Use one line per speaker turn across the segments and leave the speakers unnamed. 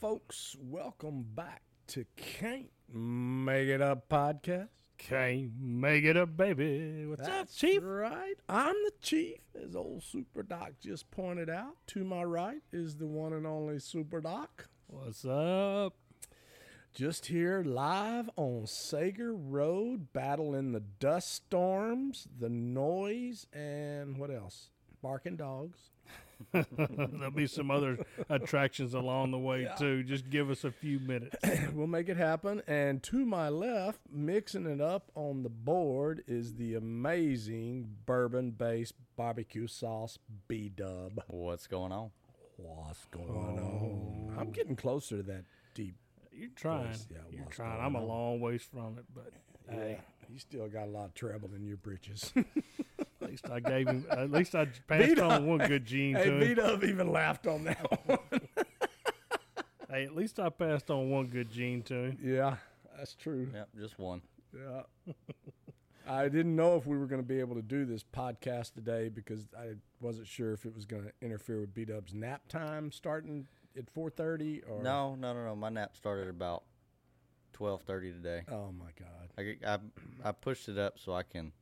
folks. Welcome back to Can't Make It Up podcast.
Can't make it up, baby. What's up,
That's
Chief?
right. I'm the chief, as old Super Doc just pointed out. To my right is the one and only Super Doc.
What's up?
Just here live on Sager Road, battling the dust storms, the noise, and what else? Barking dogs.
There'll be some other attractions along the way too. Just give us a few minutes.
we'll make it happen. And to my left, mixing it up on the board is the amazing bourbon based barbecue sauce B Dub.
What's going on?
What's going on? I'm getting closer to that deep.
You're trying.
yeah,
You're
what's
trying.
going
I'm a long ways from it, but
Yeah, you still got a lot of trouble in your britches.
at least I gave him. At least I passed on one good gene to
hey, B
him.
Dub even laughed on that one.
Hey, at least I passed on one good gene to him.
yeah, that's true.
Yep, just one.
Yeah. I didn't know if we were going to be able to do this podcast today because I wasn't sure if it was going to interfere with B Dub's nap time starting at four thirty or
No, no, no, no. My nap started about twelve thirty today.
Oh my God!
I, get- I I pushed it up so I can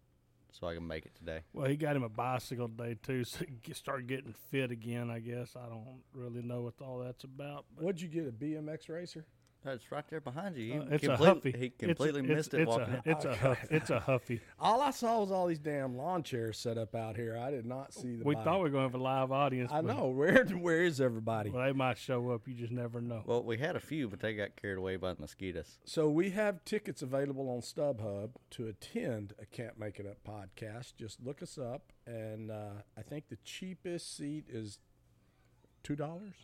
so I can make it today.
Well, he got him a bicycle today too, so he get- start getting fit again. I guess I don't really know what all that's about. But
What'd you get? A BMX racer?
It's right there behind you.
uh,
You
it's a
complete-
huffy.
He
It's a-
completely
it's-
missed it
it's a-
walking. up.
It's a huff, it's a huffy.
All I saw was all these damn lawn chairs set up out here. I did not see the.
We
bike.
thought we were going to have a live audience.
I
but-
know where. Where is everybody?
Well, they might show up. You just never know.
Well, we had a few, but they got carried away by the mosquitoes.
So we have tickets available on StubHub to attend a Can't Make It Up podcast. Just look us up, and uh, I think the cheapest seat is two dollars.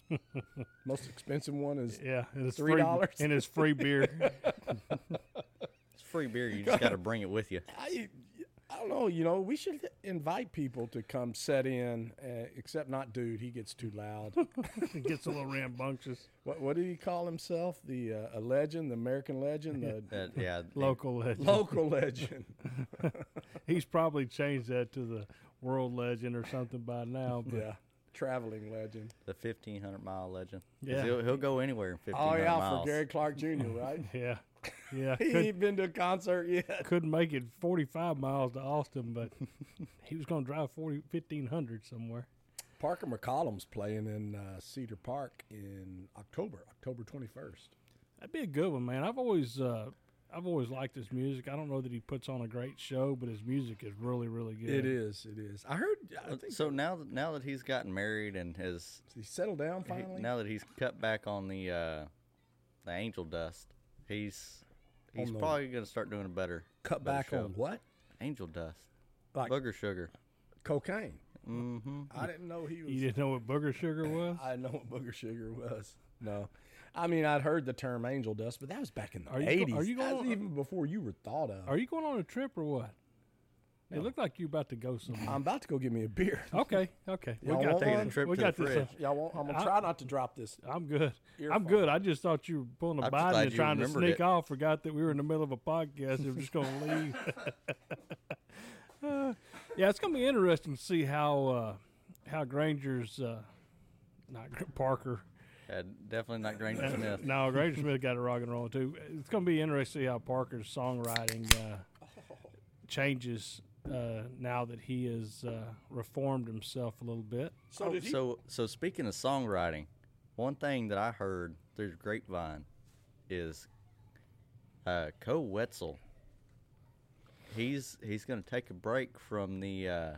Most expensive one is
yeah, and it's
Three
free-
dollars?
and it's free beer.
It's free beer. You just got to bring it with you.
I. I don't know. You know, we should invite people to come set in, uh, except not dude. He gets too loud.
it gets a little rambunctious.
what, what did he call himself? The uh, a legend, the American legend, the
That- Uh, yeah,
Local legend.
local legend.
He's probably changed that to the world legend or something by now. But
Yeah, traveling legend.
the fifteen hundred mile legend. 'Cause
Yeah.
he'll, he'll go anywhere in fifteen
Oh
hundred
yeah,
miles.
for Gary Clark Jr. Right?
yeah, yeah.
he
Could,
ain't been to a concert yet.
couldn't make it 45 miles to Austin, but he was going to drive 40, 1500 somewhere.
Parker McCollum's playing in uh, Cedar Park in October, October 21st.
That'd be a good one, man. I've always. Uh, I've always liked his music. I don't know that he puts on a great show, but his music is really, really good.
It is, it is. I heard, I think
So now that now that he's gotten married and has
he settled down
He-
finally.
now that he's cut back on the uh, the angel dust, he's he's
On the-
probably going to start doing a better
Cut
better
back
show.
on what?
angel dust,
Like
booger sugar.
cocaine.
Mm-hmm.
I didn't know he
You
was.
didn't know what Booger Sugar was?
I didn't know what booger sugar was. No. I mean, I'd heard the term angel dust, but that was back in the
Are you go-
80s.
are you
That was
going-
even before you were thought of.
Are you going on a trip or what? It looked like you about to go somewhere.
I'm about to go get me a beer.
okay, okay.
Y'all want
this.
one?
Trip
we
to the
got this. uh,
fridge.
Y'all won't, I'm going to
I-
try not to drop this.
I'm good. I'm
Earphone.
good. I just thought you were pulling a
I'm just
Biden
glad
and
you
trying to
remembered
sneak
it.
off. Forgot that we were in the middle of a podcast. and We're just going to leave. Uh, yeah, it's going to be interesting to see how uh, how Granger's uh, not Gr- Parker.
Yeah, definitely not Granger Smith.
No, Granger Smith got a rock and roll too. It's going to be interesting to see how Parker's songwriting uh, changes uh, now that he has uh, reformed himself a little bit.
So, did Oh, he,
So so speaking of songwriting, one thing that I heard through the grapevine is uh, Co Wetzel. He's he's going to take a break from the uh,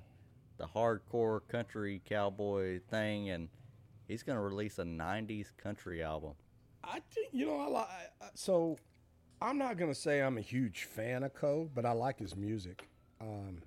the hardcore country cowboy thing, and he's going to release a '90s country album.
I think you know I like so I'm not gonna say I'm a huge fan of Co, but I like his music. Um,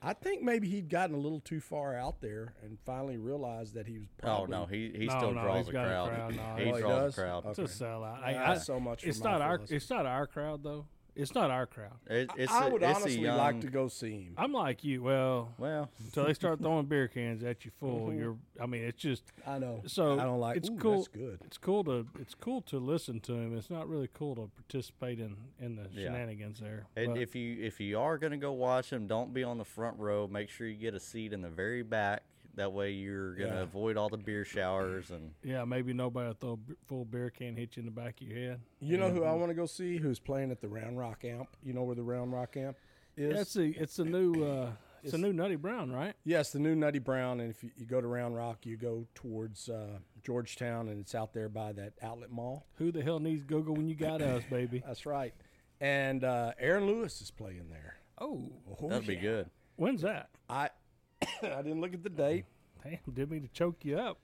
I think maybe he'd gotten a little too far out there and finally realized that he was
Oh
probably
no, he he
No,
still
no,
draws
he's
a
got a
crowd.
crowd, no.
he
Oh, he
draws
does?
a crowd.
It's
Okay.
a sellout. I,
Ah,
I,
so much for
It's
my
not our.
philosophy.
It's not our crowd though. It's not our crowd.
It, it's
I
a-
would
it's a
honestly
young-
like to go see him.
I'm like you. Well,
Well,
until they start throwing beer cans at you full,
Mm-hmm.
you're. I mean, it's just.
I know.
So
I don't like.
It's
ooh,
cool.
That's good.
It's cool to. It's cool to listen to him. It's not really cool to participate in in the
Yeah.
shenanigans there.
and
But
if you if you are gonna go watch him, don't be on the front row. Make sure you get a seat in the very back That way you're gonna
Yeah.
avoid all the beer showers and
Yeah, maybe nobody will throw a b- full beer can hit you in the back of your head.
You know who I want to go see? Who's playing at the Round Rock Amp? You know where the Round Rock Amp is?
That's the it's a new uh, it's, a new Nutty Brown, right?
Yes, the new Nutty Brown. And if you, you go to Round Rock, you go towards uh, Georgetown, and it's out there by that outlet mall.
Who the hell needs Google when you got us, baby?
That's right. And uh, Aaron Lewis is playing there.
Oh,
Oh,
that'd be
yeah.
good.
when's that?
I I didn't look at the date.
Damn, didn't mean to choke you up.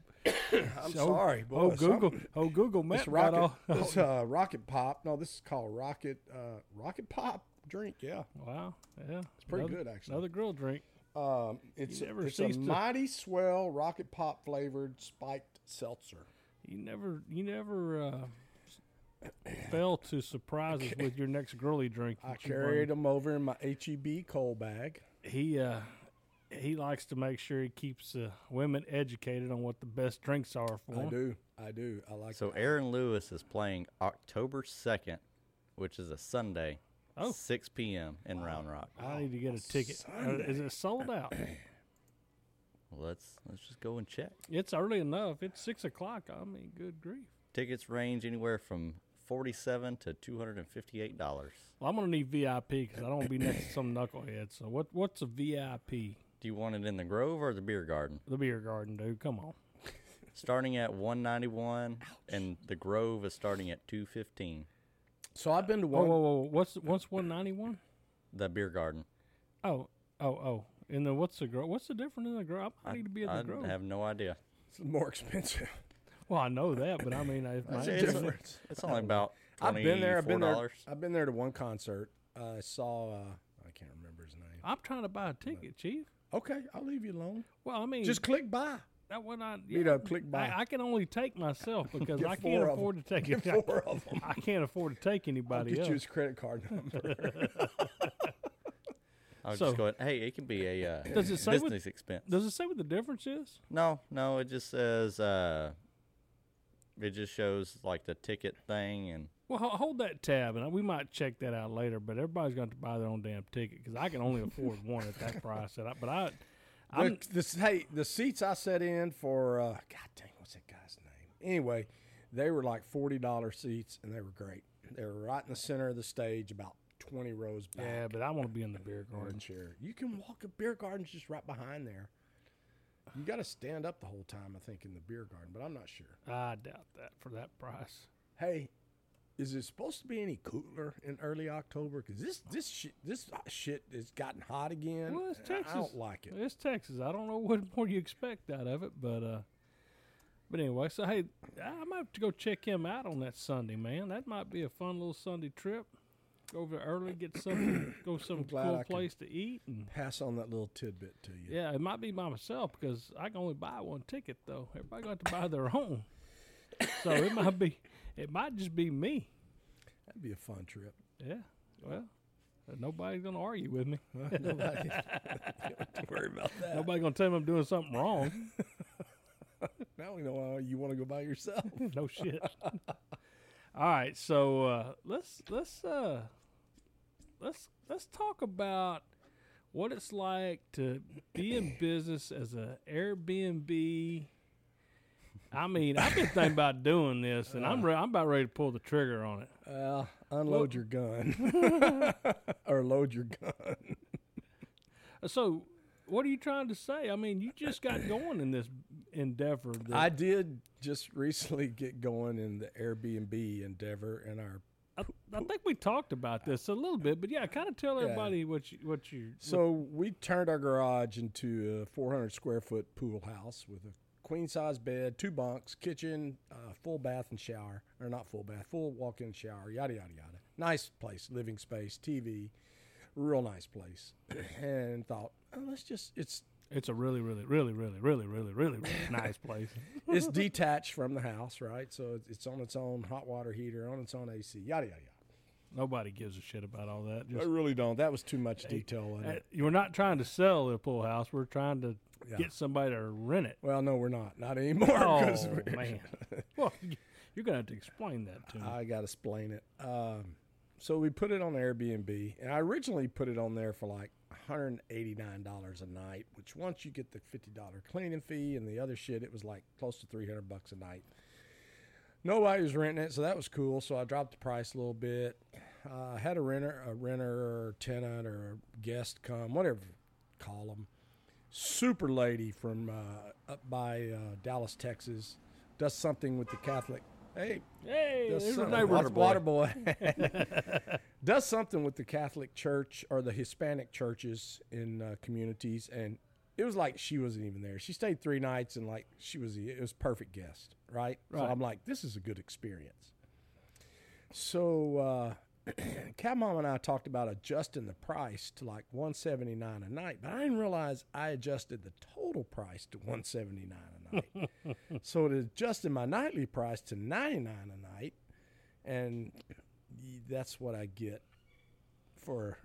I'm
So-
sorry. Boy,
Oh Google,
something-
oh Google Maps
It's
right
rocket.
off.
It's uh, rocket pop. No, this is called rocket uh, rocket pop drink. Yeah,
Wow, yeah, it's
pretty good, actually.
Another grill drink.
um, it's
never
it's a
cease to-
mighty swell rocket pop flavored spiked seltzer.
You never, you never uh, s- fail to surprise us with your next girly drink.
I
that you bring.
carried them over in my HEB coal bag.
He uh, he likes to make sure he keeps uh, women educated on what the best drinks are for.
I
'em.
do, I do, I like.
So Aaron Lewis is playing October second, which is a Sunday,
Oh.
six p.m. in Round Rock.
I need to
Oh,
get a ticket. Uh, Is it sold out?
Well, let's let's just go and check.
it's early enough. It's six o'clock. I mean, good grief.
Tickets range anywhere from forty-seven to two hundred and fifty-eight dollars.
Well, I'm gonna need VIP because I don't want to be next to some knucklehead. So what? What's a VIP?
Do you want it in the Grove or the Beer Garden?
The beer garden, dude. Come on.
Starting at one ninety-one, and the Grove is starting at two fifteen.
So I've been to
Whoa,
one.
whoa, whoa. What's what's one ninety one?
The Beer Garden.
Oh, oh, oh. And then what's the grow? What's the difference in the grow? I might need to be at
I
the grow.
have no idea.
It's more expensive.
Well, I know that, but I mean, I,
It's,
I-
it's-
difference.
it's only about.
I've been there. I've been there.
$24.
I've been there to one concert. I saw. Uh, I can't remember his name.
I'm trying to buy a ticket, chief.
Okay, I'll leave you alone.
Well, I mean,
Just click buy.
that one I
You know, click buy.
I, I can only take myself because
Get
I
four
can't
of 'em.
afford to take
Get
it.
four of them.
I can't afford to take
I'll
anybody
get you
else.
his credit card number.
I was
So-
just going. Hey, it can be a uh,
Does it say what-
business expense.
Does it say what the difference is?
No, no. It just says. Uh, it just shows like the ticket thing, and
Well, ho- hold that tab, and we might check that out later. But everybody's going to buy their own damn ticket because I can only afford one at that price. That I, but I, I'm,
the, this, hey, the seats I sat in for. Uh, God dang, what's that guy's name? Anyway, they were like forty dollar seats, and they were great. They were right in the center of the stage, about twenty rows back.
yeah, but I want to be in the beer garden.
garden chair. You can walk. A beer garden's just right behind there. You got to stand up the whole time, I think, in the beer garden, but I'm not sure.
I doubt that for that price.
Hey, is it supposed to be any cooler in early October? Because this this shit this shit has gotten hot again.
Well, it's
and I-
Texas.
I don't like it.
It's Texas. I don't know what more you expect out of it, but uh, but anyway, so hey, I might have to go check him out on that Sunday, man. That might be a fun little Sunday trip. Go over there early, get something, go some
glad I
cool
can-
place to eat, and
Pass on that little tidbit to you.
yeah, it might be by myself because I can only buy one ticket though. Everybody got to buy their own, so it might be, it might just be me.
That'd be a fun trip.
Yeah, well, nobody's gonna argue with me.
Nobody, don't worry about that.
Nobody's gonna tell me I'm doing something wrong.
Now we know uh, you want to go by yourself.
no shit. All right, so uh, let's let's uh, let's let's talk about what it's like to be in business as a Airbnb. I mean, I've been thinking about doing this, and I'm re- I'm about ready to pull the trigger on it.
Well, Uh, unload your gun or load your gun.
Uh, So, what are you trying to say? I mean, you just got going in this endeavor. That,
I did just recently get going in the Airbnb endeavor, and our
I, I think we talked about this a little bit, but yeah, kind of tell everybody what you what you
so we turned our garage into a 400 square foot pool house with a queen size bed, two bunks, kitchen, uh, full bath and shower, or not full bath, full walk in shower, yada yada yada. Nice place, living space, TV, real nice place, and thought oh, let's just it's
It's a really, really, really, really, really, really, really, really nice place.
it's detached from the house, right? So it's- it's on its own hot water heater, on its own AC, yada yada yada.
Nobody gives a shit about all that.
I
Just,
really don't. That was too much detail. wasn't it?
uh, we're not trying to sell the pool house. We're trying to
Yeah.
get somebody to rent it.
Well, no, we're not. Not anymore.
Oh
'cause we-
man! Well, y- you're gonna have to explain that to me.
I got to explain it. Um, So we put it on Airbnb, and I originally put it on there for like $189 a night, which once you get the $50 cleaning fee and the other shit, it was like close to 300 bucks a night. Nobody was renting it, so that was cool. So I dropped the price a little bit. Uh, I had a renter, a renter or tenant or guest come, whatever you call them. Super lady from uh, up by uh, Dallas, Texas, does something with the Catholic. Hey,
Hey,
does
there's a
something-
neighbor.
Water boy.
Waterboy. does something with the Catholic Church or the Hispanic churches in uh, communities, and it was like she wasn't even there. She stayed three nights, and like she was, it was perfect guest, right? So
Right.
I'm like, this is a good experience. So, uh, Cat Mom and I talked about adjusting the price to like 179 a night, but I didn't realize I adjusted the total price to 179 a night. So it adjusted my nightly price to ninety nine a night, and y- that's what I get for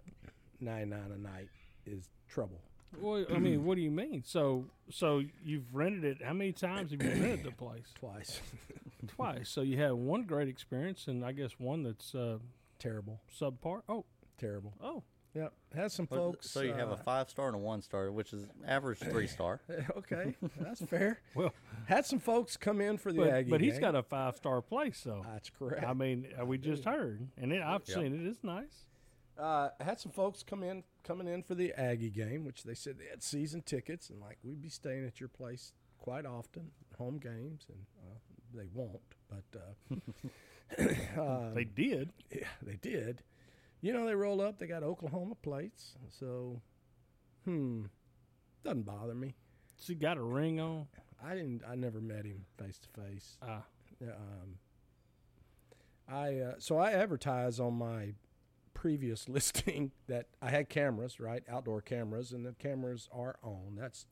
ninety nine a night is trouble.
Well, I mean, what do you mean? So, so you've rented it. How many times have you rented the place?
Twice,
Twice. So you had one great experience, and I guess one that's uh,
terrible,
subpar. Oh,
terrible.
oh,
Yep, had some
Well,
folks.
so you have a
uh,
five star and a one star, which is average three star.
okay, that's fair.
well.
Had some folks come in for the
But,
Aggie,
but he's
game. Ah,
got a five star place, though.
That's correct.
I mean, uh, we just heard, and it, I've
Yeah.
seen it. It's nice.
uh, had some folks come in coming in for the Aggie game, which they said they had season tickets, and like we'd be staying at your place quite often, home games, and uh, they won't, uh, but uh,
they did.
yeah, they did. You know, they roll up, they got Oklahoma plates, so hmm, doesn't bother me.
She got a ring on.
I didn't, I never met him face to face.
Ah,
Yeah, um, I uh, so I advertise on my previous listing that I had cameras, right? Outdoor cameras, and the cameras are on. That's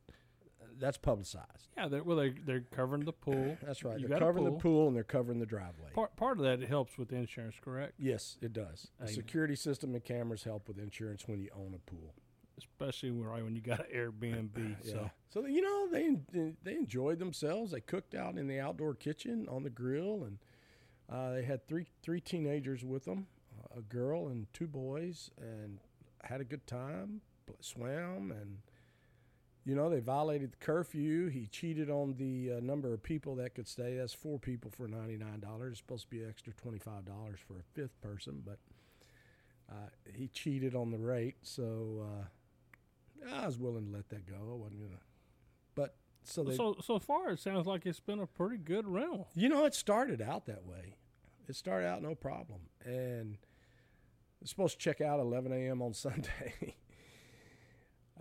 that's publicized.
yeah. They're, well, they're they're covering the pool.
That's right.
You
they're
got a
covering the pool and they're covering the driveway.
Part part of that helps with insurance, correct?
yes, it does. The
Amen.
security system and cameras help with insurance when you own a pool.
Especially when right when you got an Airbnb.
Yeah.
So
So, you know they they enjoyed themselves. They cooked out in the outdoor kitchen on the grill, and uh, they had three three teenagers with them, a girl and two boys, and had a good time. pl- Swam and you know they violated the curfew. He cheated on the uh, number of people that could stay. That's four people for ninety nine dollars. It's supposed to be an extra twenty five dollars for a fifth person, but uh, he cheated on the rate. So. Uh, I was willing to let that go. I wasn't gonna. But so they,
so so far, it sounds like it's been a pretty good rental.
you know, it started out that way. It started out no problem, and it's supposed to check out 11 a.m. on Sunday.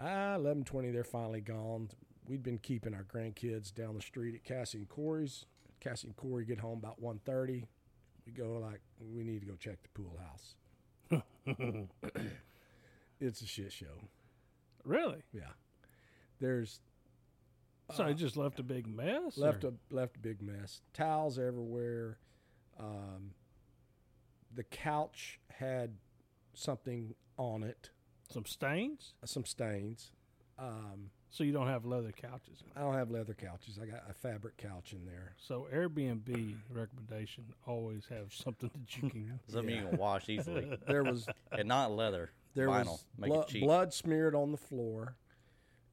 ah, 11:20, they're finally gone. We'd been keeping our grandkids down the street at Cassie and Corey's. Cassie and Corey get home about 1:30. We go like we need to go check the pool house. it's a shit show.
Really?
Yeah, there's
So it just left a big mess.
Uh, left
or-
a left a big mess. Towels everywhere. Um, the couch had something on it, uh,
some stains.
some stains. Um,
So you don't have leather couches.
I don't have leather couches. I got a fabric couch in there.
So Airbnb recommendation always have something that you can.
Something you can wash easily,
There was
and not leather.
there
vinyl,
was
make
blo-
it cheap.
blood smeared on the floor.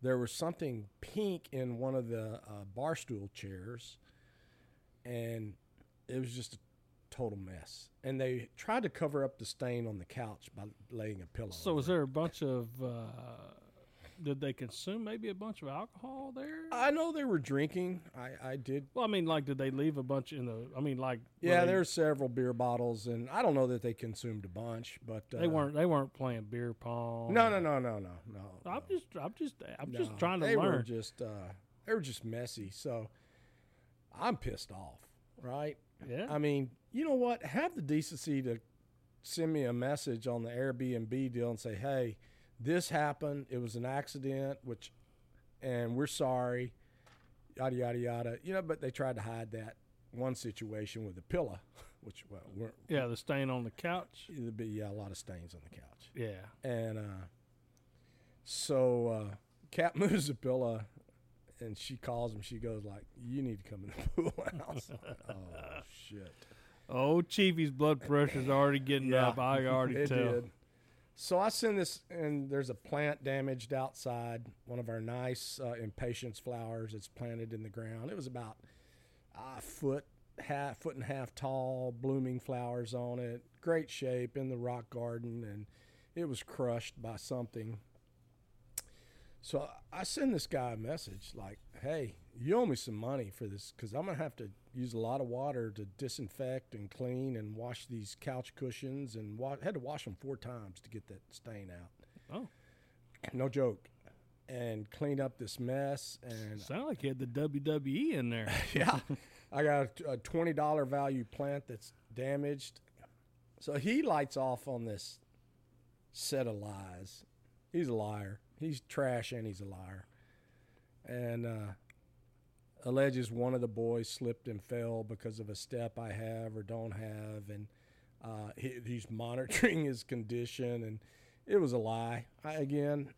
There was something pink in one of the uh, bar stool chairs, and it was just a total mess. And they tried to cover up the stain on the couch by laying a pillow.
So
over
was there a bunch of? Uh, did they consume maybe a bunch of alcohol there?
I know they were drinking. I, I did.
well, I mean, like, did they leave a bunch in the? I mean, like, were
Yeah,
they,
there were several beer bottles, and I don't know that they consumed a bunch, but uh,
They weren't. They weren't playing beer pong.
No, no, no, no, no, no.
I'm
no,
just. I'm just. I'm
no.
just trying to
they Were
learn.
just uh, they were just messy. So I'm pissed off, right?
yeah.
I mean, you know what? Have the decency to send me a message on the Airbnb deal and say, "Hey, this happened. It was an accident, which, and we're sorry." Yada yada yada. You know, but they tried to hide that one situation with the pillow, which well, weren't,
yeah. The stain on the couch.
it'd be yeah, a lot of stains on the couch.
Yeah.
And uh, so uh, Cat moves the pillow, and she calls him. She goes like, "You need to come in the pool house." oh shit!
Oh, Chiefy's blood pressure's already getting
Yeah.
up. I already
It
tell.
did. So I send this, and there's a plant damaged outside. One of our nice uh, impatience flowers. It's planted in the ground. It was about a foot, half foot and a half tall, blooming flowers on it. Great shape in the rock garden, and it was crushed by something. So I send this guy a message like, "Hey, you owe me some money for this because I'm gonna have to use a lot of water to disinfect and clean and wash these couch cushions and wa- had to wash them four times to get that stain out.
Oh,
No joke." And clean up this mess, and
sound like you had the WWE in there.
yeah. I got a, a twenty dollar value plant that's damaged. So he lights off on this set of lies. He's a liar. He's trash and he's a liar. And uh, alleges one of the boys slipped and fell because of a step I have or don't have, and uh, he, he's monitoring his condition. And it was a lie. I, again,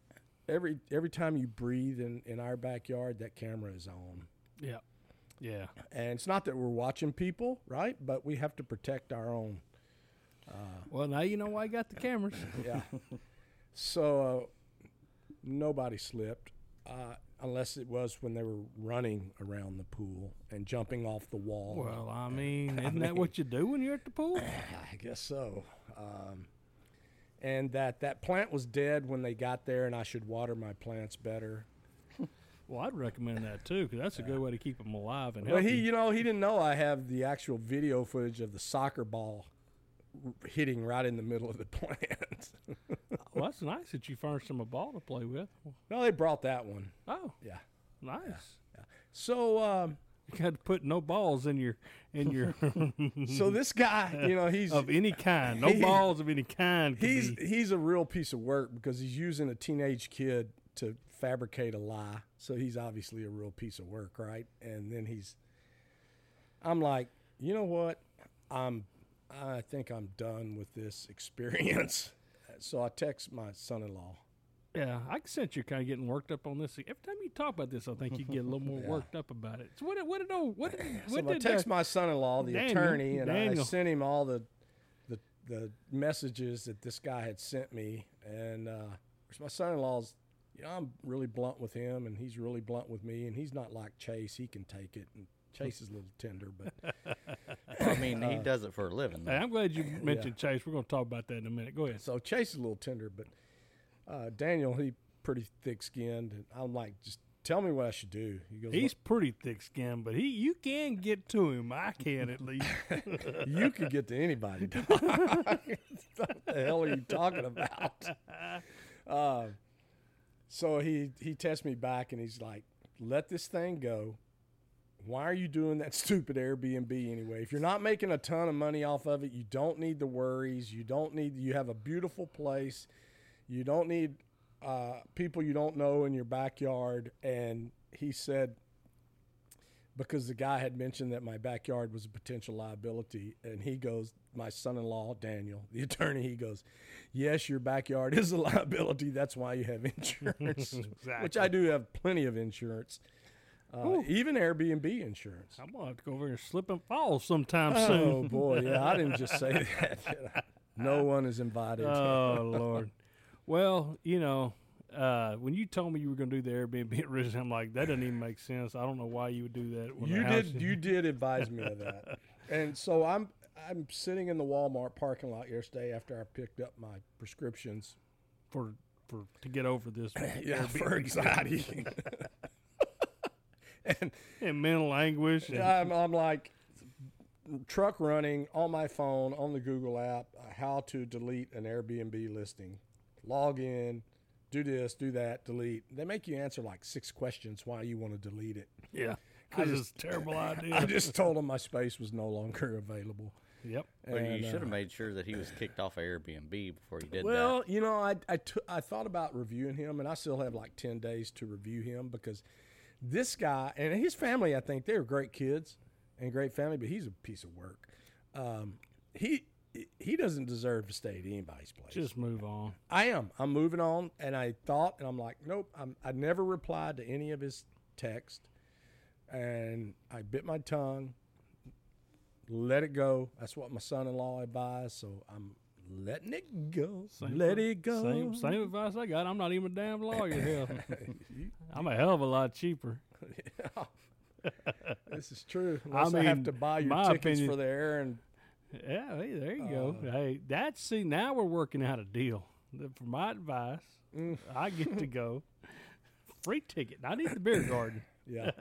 every every time you breathe in in our backyard, that camera is on.
yeah, yeah.
And it's not that we're watching people, right? But we have to protect our own.
Well, now you know why I got the cameras.
Yeah. so uh, nobody slipped, uh, unless it was when they were running around the pool and jumping off the wall.
Well, I mean, isn't that what you do when you're at the pool?
I guess so. Um, and that that plant was dead when they got there, and I should water my plants better.
Well, I'd recommend that too, because that's a good way to keep them alive and
Well,
healthy.
he, you know, he didn't know I have the actual video footage of the soccer ball r- hitting right in the middle of the plant.
well, that's nice that you furnished him a ball to play with.
no, they brought that one.
Oh,
Yeah.
nice.
So, um,
You had to put no balls in your in your
so this guy, you know, he's
of E any kind. No
He-
balls of any kind. could
he's
be-
he's a real piece of work because he's using a teenage kid to fabricate a lie. So he's obviously a real piece of work, right? And then he's, I'm like, you know what? I'm, I think I'm done with this experience. So I text my son-in-law.
yeah. I can sense you're kind of getting worked up on this. Every time you talk about this, I think you get a little more
Yeah.
worked up about it. So what? did- What did? oh, What did? What
so I
did?
text
uh,
my son-in-law, the
Daniel-
attorney, and I
Daniel.
sent him all the, the the messages that this guy had sent me. And uh, which my son-in-law's, you know, I'm really blunt with him, and he's really blunt with me. And he's not like Chase; he can take it. And Chase is a little tender, but
I mean,
uh,
he does it for a living.
hey,
though.
I'm glad you mentioned Chase. We're going to talk about that in a minute. Go ahead.
so Chase is a little tender. But uh, Daniel, he pretty thick-skinned, and I'm like, just tell me what I should do. He goes,
He's pretty thick-skinned, but he you can get to him. I can at least.
you could get to anybody. dog. what the hell are you talking about? Uh, so he he texts me back and he's like, "Let this thing go. Why are you doing that stupid Airbnb anyway? If you're not making a ton of money off of it, you don't need the worries. You don't need. You have a beautiful place. You don't need uh, people you don't know in your backyard." And he said, because the guy had mentioned that my backyard was a potential liability. And he goes, My son in law, Daniel, the attorney, he goes, Yes, your backyard is a liability. That's why you have insurance, which I
Exactly.
do have plenty of insurance, uh, even Airbnb insurance.
I'm gonna have to go over here and slip and fall sometime soon.
Oh, boy. Yeah, I didn't just say that. No one is invited.
Oh Lord. Well, you know, uh, when you told me you were going to do the Airbnb at Ridgeland, I'm like, that doesn't even make sense. I don't know why you would do that. When the
you
house
did
is-
you did advise me of that and so i'm i'm sitting in the walmart parking lot yesterday after i picked up my prescriptions
for for to get over this
yeah, for anxiety. and
and mental anguish. and-
I'm, I'm like, truck running on my phone, on the Google app, uh, how to delete an Airbnb listing. Log in, do this, do that, delete. They make you answer like six questions why you want to delete it.
yeah, because
just-
it's a terrible idea.
I just told them my space was no longer available.
yep.
Well, you
And,
should have
uh,
made sure that he was kicked off of Airbnb before you did
Well, you know, I I took- I thought about reviewing him, and I still have like ten days to review him because this guy and his family, I think they're great kids and great family, but he's a piece of work. Um, he he doesn't deserve to stay at anybody's place.
Just move on.
I am. I'm moving on, and I thought, and I'm like, nope. I'm, I never replied to any of his text, and I bit my tongue, let it go. That's what my son-in-law advised, so I'm letting it go.
Same
let
for-
it go.
Same, same advice I got. I'm not even a damn lawyer. Hell, I'm a hell of a lot cheaper.
this is true. Unless I, have
mean,
to buy your
my
tickets
opinion-
for the air and
Yeah, hey, there you go.
Uh,
Hey, that's see now we're working out a deal. The- For my advice,
Mm.
I get to go free ticket. I need the beer garden.
yeah.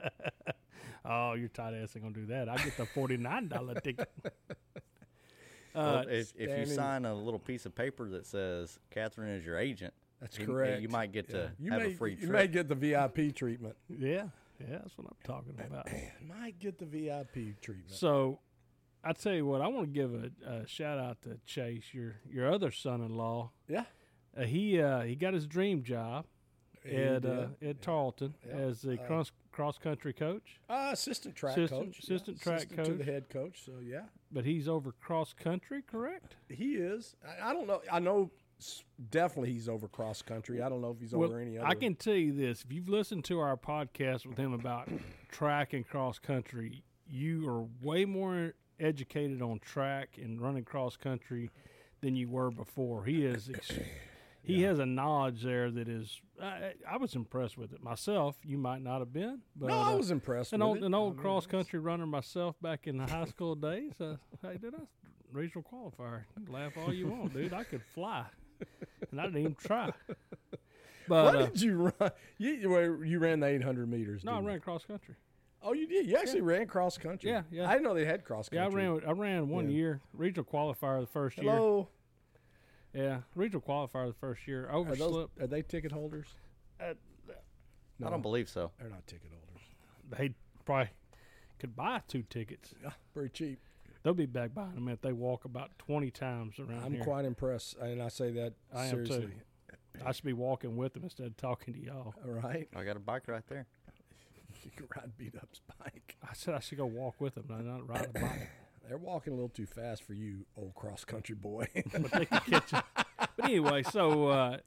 Oh, your tight ass ain't gonna do that. I get the forty nine dollar ticket.
Well,
Uh,
if, if you
standing-
sign a little piece of paper that says Catherine is your agent,
That's
you-
correct.
You might get to
You
have
may
a free
you may
trip.
get the VIP treatment.
yeah, yeah, that's what I'm talking
eh,
about.
might get the VIP treatment.
So, I tell you what, I want to give a, a shout out to Chase, your your other son-in-law.
Yeah.
Uh, he uh, he got his dream job
He
at
did.
uh, at Tarleton
Yeah.
as the cross cross country coach,
Uh, assistant track
Assistant-
coach.
assistant track
assistant to the
coach.
head coach. So yeah,
but he's over cross country, correct?
he is. I, I don't know. I know s- definitely he's over cross country. I don't know if he's over any other.
I can tell you this: if you've listened to our podcast with him about track and cross country, you are way more educated on track and running cross country than you were before. He is. Ex- He has a knowledge there that is. I, I was impressed with it myself. You might not have been, but
No, I
uh,
was impressed.
an
with
old
it.
an
I
old
mean,
cross country runner myself back in the high school days. Uh, hey, dude, I was regional qualifier. You can laugh all you want, dude. I could fly, and I didn't even try. But
What
uh,
did you run? You, you were- you ran the 800 meters.
no, I
didn't
ran cross country.
You? Oh, you did. You actually ran cross country.
Yeah, yeah.
I didn't know they had cross
Yeah, I
country.
ran. I ran one
Yeah.
year regional qualifier the first
Hello.
year. Yeah, regional qualifier the first year.
Are those?
Overslipped.
Are they ticket holders?
I don't believe so.
They're not ticket holders.
They probably could buy two tickets.
Yeah, pretty cheap.
They'll be back buying them if they walk about twenty times around
I'm
here.
quite impressed, and I say that
I am
seriously.
too. I should be walking with them instead of talking to y'all.
All right,
I got a bike right there.
you can ride beat up's bike.
I said I should go walk with them, and not ride a bike.
They're walking a little too fast for you, old cross country boy.
but they could catch it. But anyway, so uh,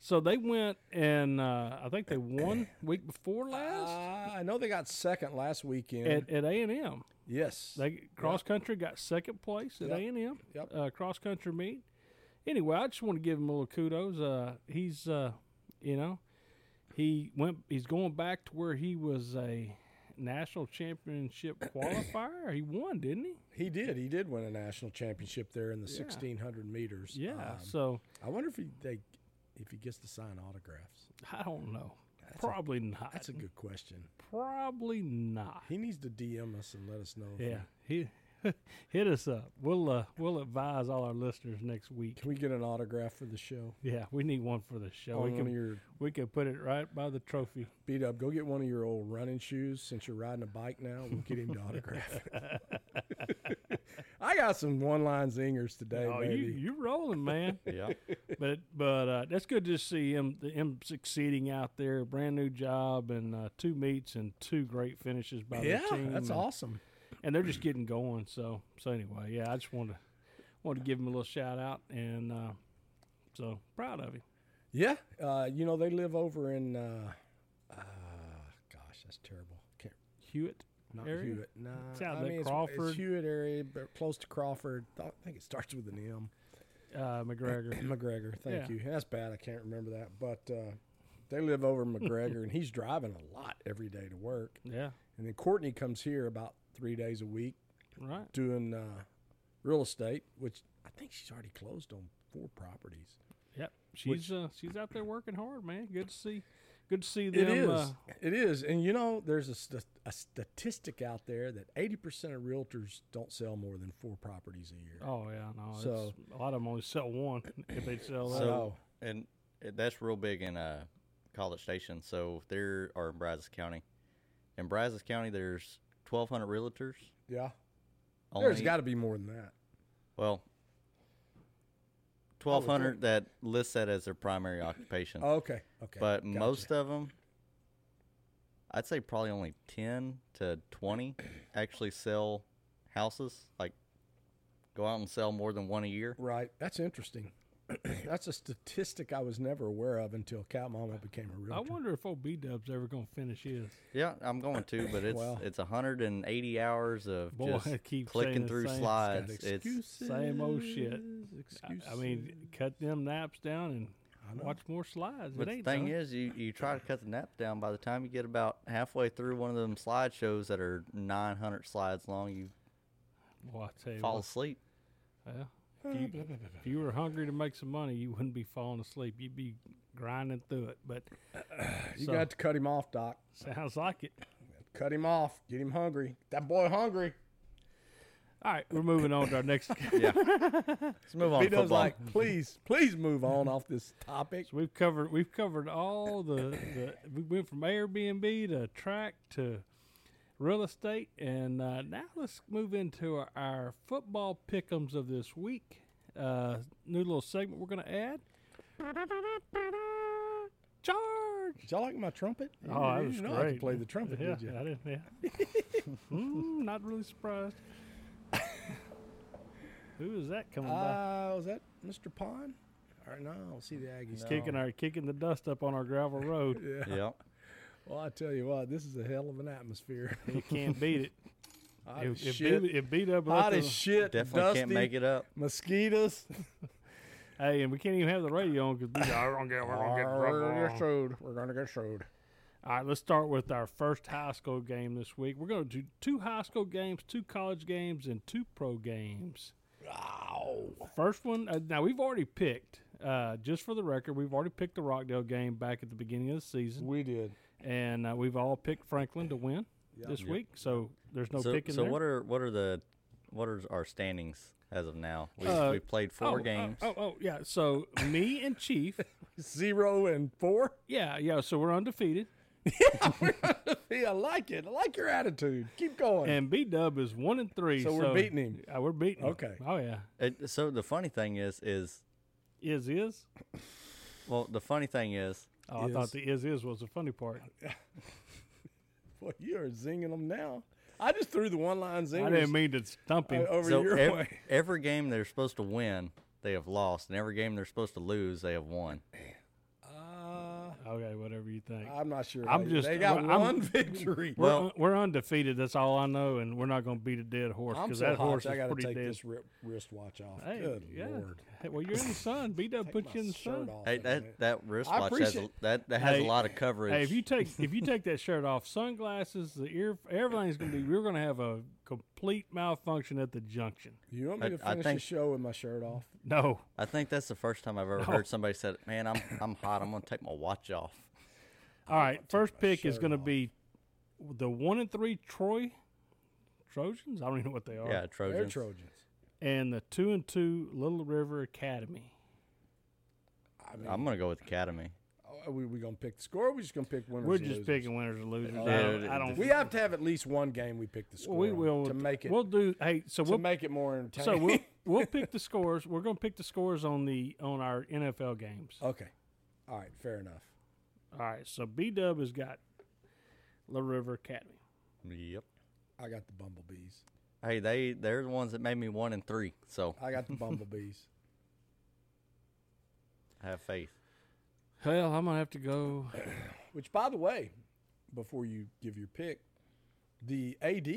so they went and uh, I think they won week before last
I know they got second last weekend.
at at A and M.
yes,
They cross country got second place at A
Yep.
and M.
Yep.
Uh, cross country meet. Anyway, I just want to give him a little kudos. Uh, he's uh, you know he went he's going back to where he was a national championship qualifier. He won, didn't he?
he did. He did win a national championship there in the
Yeah.
1600 meters.
Yeah.
Um,
so
I wonder if he they if he gets to sign autographs.
I don't know. Probably not.
That's a good question.
Probably not.
He needs to DM us and let us know. if he-
Yeah, he, hit us up. We'll uh, we'll advise all our listeners next week.
Can we get an autograph for the show?
Yeah, we need one for the show.
On
we
one of
Oh, can
your
we can put it right by the trophy.
beat up. Go get one of your old running shoes since you're riding a bike now. We'll get him to autograph it. I got some one line zingers today,
oh,
baby.
you you rolling, man.
Yeah.
but but uh, that's good to see him him succeeding out there. Brand new job and uh, two meets and two great finishes by
yeah,
the team.
that's
and,
awesome.
And they're just getting going. So so anyway, yeah, I just want to want to give him a little shout out and uh, so proud of him.
Yeah, uh, you know they live over in. Uh, uh, gosh, that's terrible. Can't,
Hewitt.
not
area?
Hewitt. Nah,
It's out
I
that
mean, it's- It's,
Crawford.
Hewitt area, but close to Crawford. Thought- I think it starts with an M.
Uh, McGregor.
McGregor. Thank
Yeah.
you. That's bad. I can't remember that, but. Uh, they live over in McGregor, and he's driving a lot every day to work.
Yeah,
And then Courtney comes here about three days a week
right.
doing uh, real estate, which I think she's already closed on four properties.
Yep.
Which-
She's uh, she's out there working hard, man. Good to see. Good to see them.
It is.
Uh,
it is. And you know, there's a, st- a statistic out there that 80% of realtors don't sell more than four properties a year.
oh yeah, no. it's-
So-
a lot of them only sell one if they sell that.
I know.
And it- that's real big in uh, College Station. So there are in Brazos County. In Brazos County, there's 1,200 realtors.
yeah.
Only,
There's got to be more than that.
well, 1,200 that list that as their primary occupation.
Oh, okay. Okay.
but
Gotcha.
most of them, I'd say probably only 10 to 20 actually sell houses. Like go out and sell more than one a year.
Right. That's interesting. That's a statistic I was never aware of until Cat Mama became a
I
realtor.
wonder if old B Dub's ever gonna finish his.
Yeah, I'm going to, but it's
Well.
it's 180 hours of
Boy, I
just
keep saying
clicking
the
through
same-
Got
slides. It's
excuses,
same old shit. I,
Excuses.
I mean, cut them naps down and
know.
watch more slides.
but
it
the
ain't
thing
done.
is, you you try to cut the nap down. By the time you get about halfway through one of them slideshows that are 900 slides long, you
Boy, I tell you
fall
what,
asleep.
yeah. if, you, if you were hungry to make some money, you wouldn't be falling asleep. You'd be grinding through it. But
you
so-
got to cut him off, Doc.
sounds like it.
Cut him off. Get him hungry. That boy hungry.
All right, we're moving on to our next. so
Yeah. Let's move on
He
to
does
football.
like, please, please move on off this topic.
we've covered we've covered all the, the we went from Airbnb to track to real estate, and uh, now let's move into our, our football pickums of this week. Uh, new little segment we're going to add. Charge.
Did y'all like my trumpet? You
Oh, that
didn't
was
know I
great.
could play the trumpet,
yeah,
did you?
I didn't. Yeah. mm, not really surprised. Who is that coming by?
Uh, was that Mr. Pond? Or no, see the Aggies.
Kicking our kicking the dust up on our gravel road.
Yeah.
Yep.
Well, I tell you what, this is a hell of an atmosphere.
you can't beat it.
Hot as
If, if,
shit.
beat, if beat up,
Hot
let
as
the-
shit.
Definitely
dusty,
can't make it up.
Mosquitoes.
hey, and we can't even have the radio on because we're gonna get, we're gonna get in
We're
trouble.
gonna get showed. We're gonna get showed.
All right, let's start with our first high school game this week. We're going to do two high school games, two college games, and two pro games. Wow. First one, uh, now we've already picked, uh, just for the record, we've already picked the Rockdale game back at the beginning of the season,
We did.
and uh, we've all picked Franklin to win this week, so there's no
so
picking
so
there.
what are what are the what are our standings as of now? We
Uh,
we played
oh,
four
oh,
games.
Oh, oh, yeah. So me and Chief,
Zero and four.
yeah, yeah, so we're undefeated.
yeah, I like it. I like your attitude. Keep going.
And B Dub is one and three.
So we're beating him.
Yeah, we're beating. him.
Okay.
Oh yeah.
It- so the funny thing is is
Is is.
well the funny thing is
Oh, I
Is.
thought the is is was the funny part.
Boy, you are zinging them now. I just threw the one line zingers
I didn't mean to stump
uh,
him.
over
so
your
ev-
way.
every game they're supposed to win they have lost and every game they're supposed to lose they have won.
Uh,
okay, whatever you think.
I'm not sure.
I'm
they,
just-
They got
I'm-
one victory.
we're,
well-
un- we're undefeated. That's all I know, and we're not going to beat a dead horse
I'm
because
so
that
hot,
horse
I
is
gotta
pretty
take
dead.
this rip, wristwatch off.
Hey,
Good
yeah.
lord.
Hey, well, you're in the sun. B Dub put
My
you in the
shirt
sun.
off
Hey,
in a
that
minute.
that wristwatch has a,
appreciate-
that that has
Hey,
a lot of coverage.
Hey, if you take if you take that shirt off, sunglasses, the ear, everything's going to be. We're going to have a complete malfunction at the junction.
You want me
I-
to
I
finish
think-
the show with my shirt off?
No,
I think that's the first time I've
Oh.
ever heard somebody said, "Man, I'm I'm hot. I'm gonna take my watch off."
All right, first pick is
shirt
going to
off.
be the one and three Troy Trojans. I don't even know what they are.
Yeah,
They're
Trojans.
Trojans.
And the two and two Little River Academy.
I mean,
I'm gonna go with Academy.
Oh, are we, we gonna pick the score? Or we just gonna pick winners.
We're
and
just
losers?
picking winners and losers.
Yeah,
I don't.
it-
I don't
We have to have at least one game we pick the score.
well, we
on
will
to make it
We'll do. Hey, so
to
we'll
make it more entertaining.
so we'll we'll pick the scores. We're going to pick the scores on the on our NFL games.
okay. All right. Fair enough.
All right, so B Dub has got Little River Academy.
Yep.
I got the bumblebees.
Hey, they they're the ones that made me one and three. So
Uh,
I got the bumblebees.
I have faith.
Hell, I'm gonna have to go.
Which, by the way, before you give your pick, the AD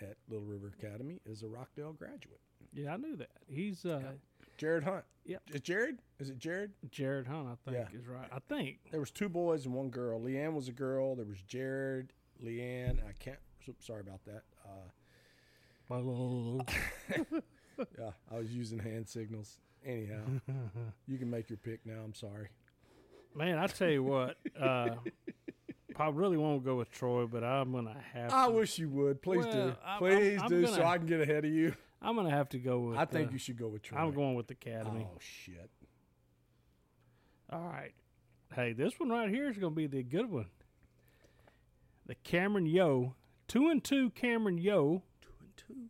at Little River Academy is a Rockdale graduate.
Yeah, I knew that. He's uh,
Jared Hunt.
Yep.
Is Jared? Is it Jared?
Jared Hunt. I think
Yeah.
is right. I think
There was two boys and one girl. Leanne was a girl. There was Jared, Leanne. I can't. so- Sorry about that. Uh, yeah, I was using hand signals. Anyhow, you can make your pick now. I'm sorry.
Man, I tell you what, uh, I really won't go with Troy, but I'm gonna have.
I
to,
wish you would. Please
Well,
do.
I'm-
Please
I'm- I'm
do so
gonna-
I can get ahead of you.
I'm gonna have to go with.
I think
uh,
you should go with Troy.
I'm going with the Academy.
Oh, shit. Oh.
All right. Hey, this one right here is gonna be the good one. The Cameron Yo, two and two Cameron Yo,
Two and two.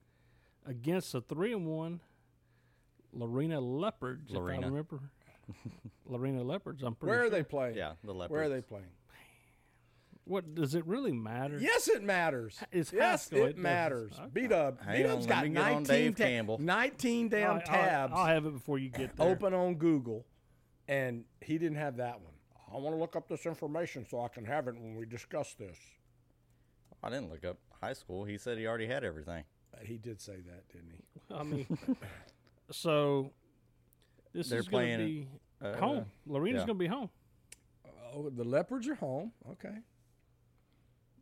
against the three and one Lorena Leopards. If I
Lorena.
remember. Lorena Leopards. I'm pretty
Where are
sure.
they playing?
Yeah, the leopards.
Where are they playing?
What does it really matter?
Yes, it matters.
It's
yes,
Haskell, it
it
doesn't.
matters.
Okay.
Beat up.
Hang
Beat
on,
up's
let
got
me get on
19,
Dave
ta-
Campbell.
19 damn
I'll- I'll-
tabs Oh,
I'll, have it before you get there.
open on Google, and he didn't have that one. I want to look up this information so I can have it when we discuss this.
I didn't look up high school. He said he already had everything.
Uh, He did say that, didn't he?
I mean, so this
They're
is going to be
playing, uh,
home. Lorena's
yeah.
going to be home.
Oh, the leopards are home. Okay.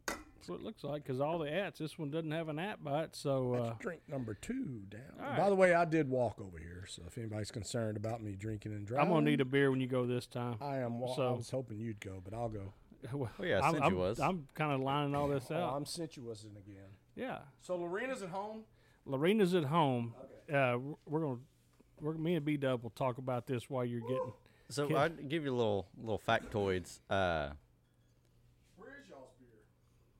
That's what it looks like because all the ats. This one doesn't have an at by it. So uh,
That's drink number two down.
all
By
right.
the way, I did walk over here, so if anybody's concerned about me drinking and driving,
I'm going to need a beer when you go this time.
I am. Wa- I
so-
was hoping you'd go, but I'll go.
well,
Oh, yeah,
I'm,
since you
I'm,
was.
I'm kind of lining all this
Oh,
out.
I'm sensuousing again.
yeah.
So Lorena's at home.
Lorena's at home. Uh, we're- we're going to. We're, me and B Dub will talk about this while you're getting.
So I'd give you little little factoids. Uh,
Where's y'all's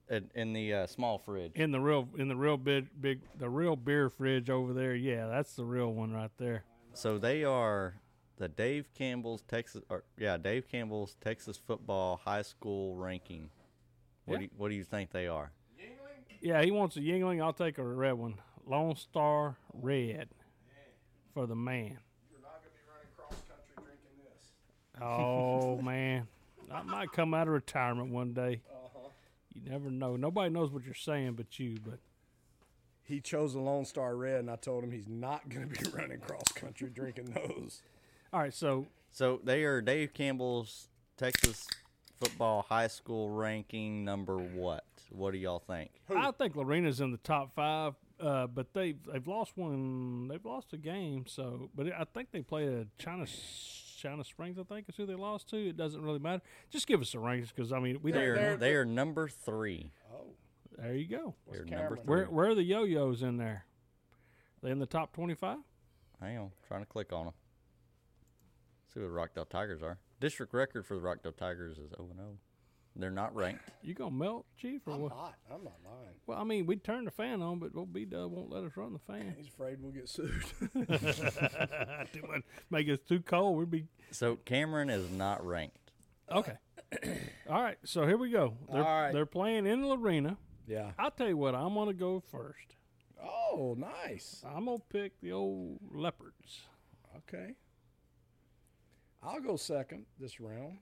beer?
in, in the uh, small fridge.
in the real in the real big big the real beer fridge over there. Yeah, that's the real one right there.
So they are the Dave Campbell's Texas, or yeah, Dave Campbell's Texas football high school ranking. What
Yeah.
do you, what do you think they are?
Yeah, he wants a Yingling. I'll take a red one, Lone Star Red, for the man.
You're not gonna be running cross country drinking this.
Oh man, I might come out of retirement one day. You never know. Nobody knows what you're saying but you. But
He chose the Lone Star Red, and I told him he's not gonna be running cross country drinking those.
all right, so
So they are Dave Campbell's Texas football high school ranking number what? What do y'all think?
I think Lorena's in the top five. Uh, but they've they've lost one. They've lost a game. So, but I think they played a China China Springs. I think is who they lost to. It doesn't really matter. Just give us the rankings because I mean we
They
don't. know.
are they are number three.
Oh,
There you go.
They're
Cameron?
number three.
Where where are the yo-yos in there? Are they in the top twenty-five?
Hang on, trying to click on them. See what the Rockdale Tigers are. District record for the Rockdale Tigers is 0 and 0. They're not ranked.
You gonna melt, Chief, or
I'm
what?
not. I'm not lying.
Well, I mean, we turned the fan on, but old B Dub won't let us run the fan.
He's afraid we'll get sued.
Too much- Make us too cold. We'd be
So Cameron is not ranked.
okay. All right, so here we go. They're,
All right.
they're playing in Lorena.
yeah.
I'll tell you what. I'm gonna go first.
Oh, nice.
I'm gonna pick the old leopards.
Okay. I'll go second this round.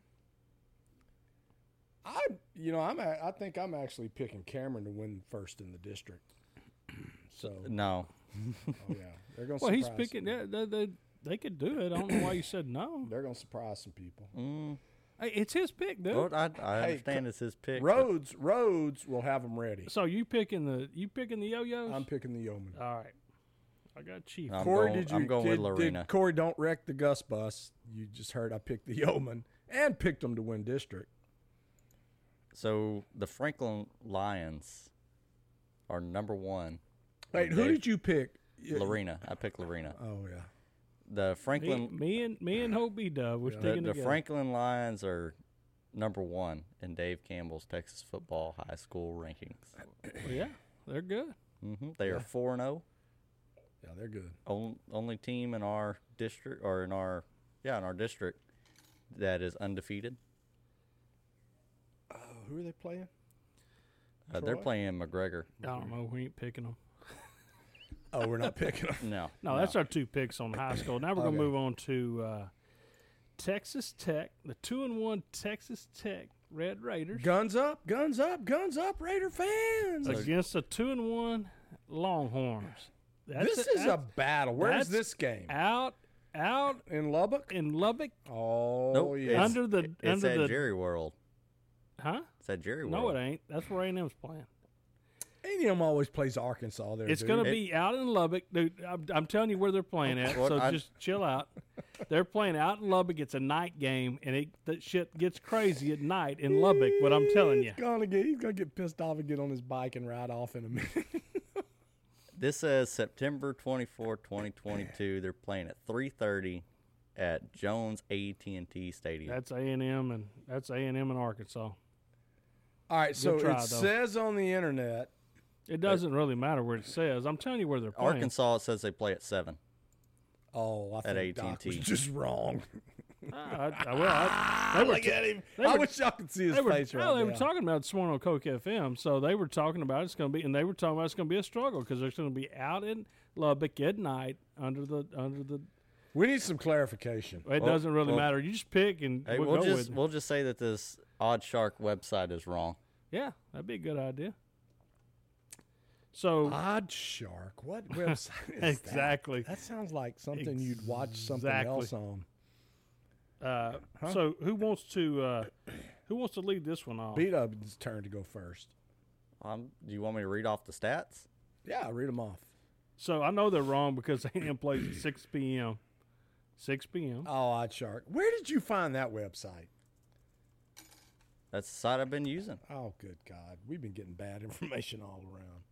I, you know, I'm. a- I think I'm actually picking Cameron to win first in the district. So,
No,
oh yeah, they're gonna.
Well, he's
surprise
picking.
Some,
They, they, they, they could do it. I don't know why you said no.
they're gonna surprise some people.
Hey, it's his pick, dude.
Well, Mm, I, I
Hey,
understand it's his pick. but
Rhodes, Rhodes will have them ready.
So you picking the you picking the yo-yos?
I'm picking the Yeoman.
All right. I got Chief.
I'm
Corey,
going,
did you?
I'm going with
did- did
Lorena.
Corey, don't wreck the Gus bus. You just heard I picked the Yeoman and picked them to win district.
so the Franklin Lions are number one.
Wait, who
Dave-
did you pick? Yeah,
Lorena. I picked Lorena.
Oh yeah.
The
me,
Franklin
me and me and Hobie Dub was
the,
picking
the
together.
Franklin Lions are number one in Dave Campbell's Texas football high school rankings.
Well, yeah, they're good.
hmm They are four and zero.
Yeah, they're good.
on- only team in our district or in our yeah in our district that is undefeated.
Oh, who are they playing?
Uh, they're
Troy?
playing McGregor.
I don't know. We ain't picking them.
Oh, we're not picking them.
No,
No, that's our two picks on high school. Now we're
Okay.
gonna move on to uh, Texas Tech, the two and one Texas Tech Red Raiders
Guns up, guns up, guns up, Raider fans.
against the two and one Longhorns. That's
this is a
that's
battle. Where's
that's
this game?
out out
In Lubbock?
in Lubbock
Oh,
Nope,
yeah.
it's-
under the
it's
under
at
the
Jerry World.
huh?
It's at Jerry World.
No, it ain't. That's where A and M's playing.
A&M always plays Arkansas there.
It's
dude.
going to be out in Lubbock, dude. I'm, I'm telling you where they're playing at,
Well,
so
I-
just chill out. They're playing out in Lubbock. It's a night game, and it that shit gets crazy at night in Lubbock. What I'm telling you,
He's gonna get he's gonna get pissed off and get on his bike and ride off in a minute.
This says September 24, 2022. They're playing at 3:30 at Jones AT&T Stadium.
that's A and M, and that's A and M in Arkansas.
All right, so
try,
it
though.
says on the internet.
It doesn't really matter where it says. I'm telling you where they're playing.
Arkansas it says they play at 7.
Oh, I think Doc was
AT&T.
just wrong.
I, I, well, I, they were
Look
t-
at him.
they
I
were-
wish y'all could see his
they were,
face right
no, they
now.
were talking about it this morning on Coke FM, so they were talking about it's going to be, and they were talking about it's going to be a struggle because there's going to be out in Lubbock at night under the under the.
we need some clarification.
It
Well,
doesn't really
well,
matter. You just pick and
Hey,
we'll,
we'll,
go
just
with. it.
we'll just say that this Odd Shark website is wrong.
yeah, that'd be a good idea. So
Odd Shark. What website is that?
Exactly.
That sounds like something you'd watch something
Exactly.
else on.
Uh, So who wants to uh, who wants to lead this one off?
Beat up's turn to go first.
Um, do you want me to read off the stats?
Yeah, read them off.
so I know they're wrong because AM plays at six p.m. Six p.m.
Oh, Odd Shark. Where did you find that website?
That's the site I've been using.
Oh, good God. We've been getting bad information all around.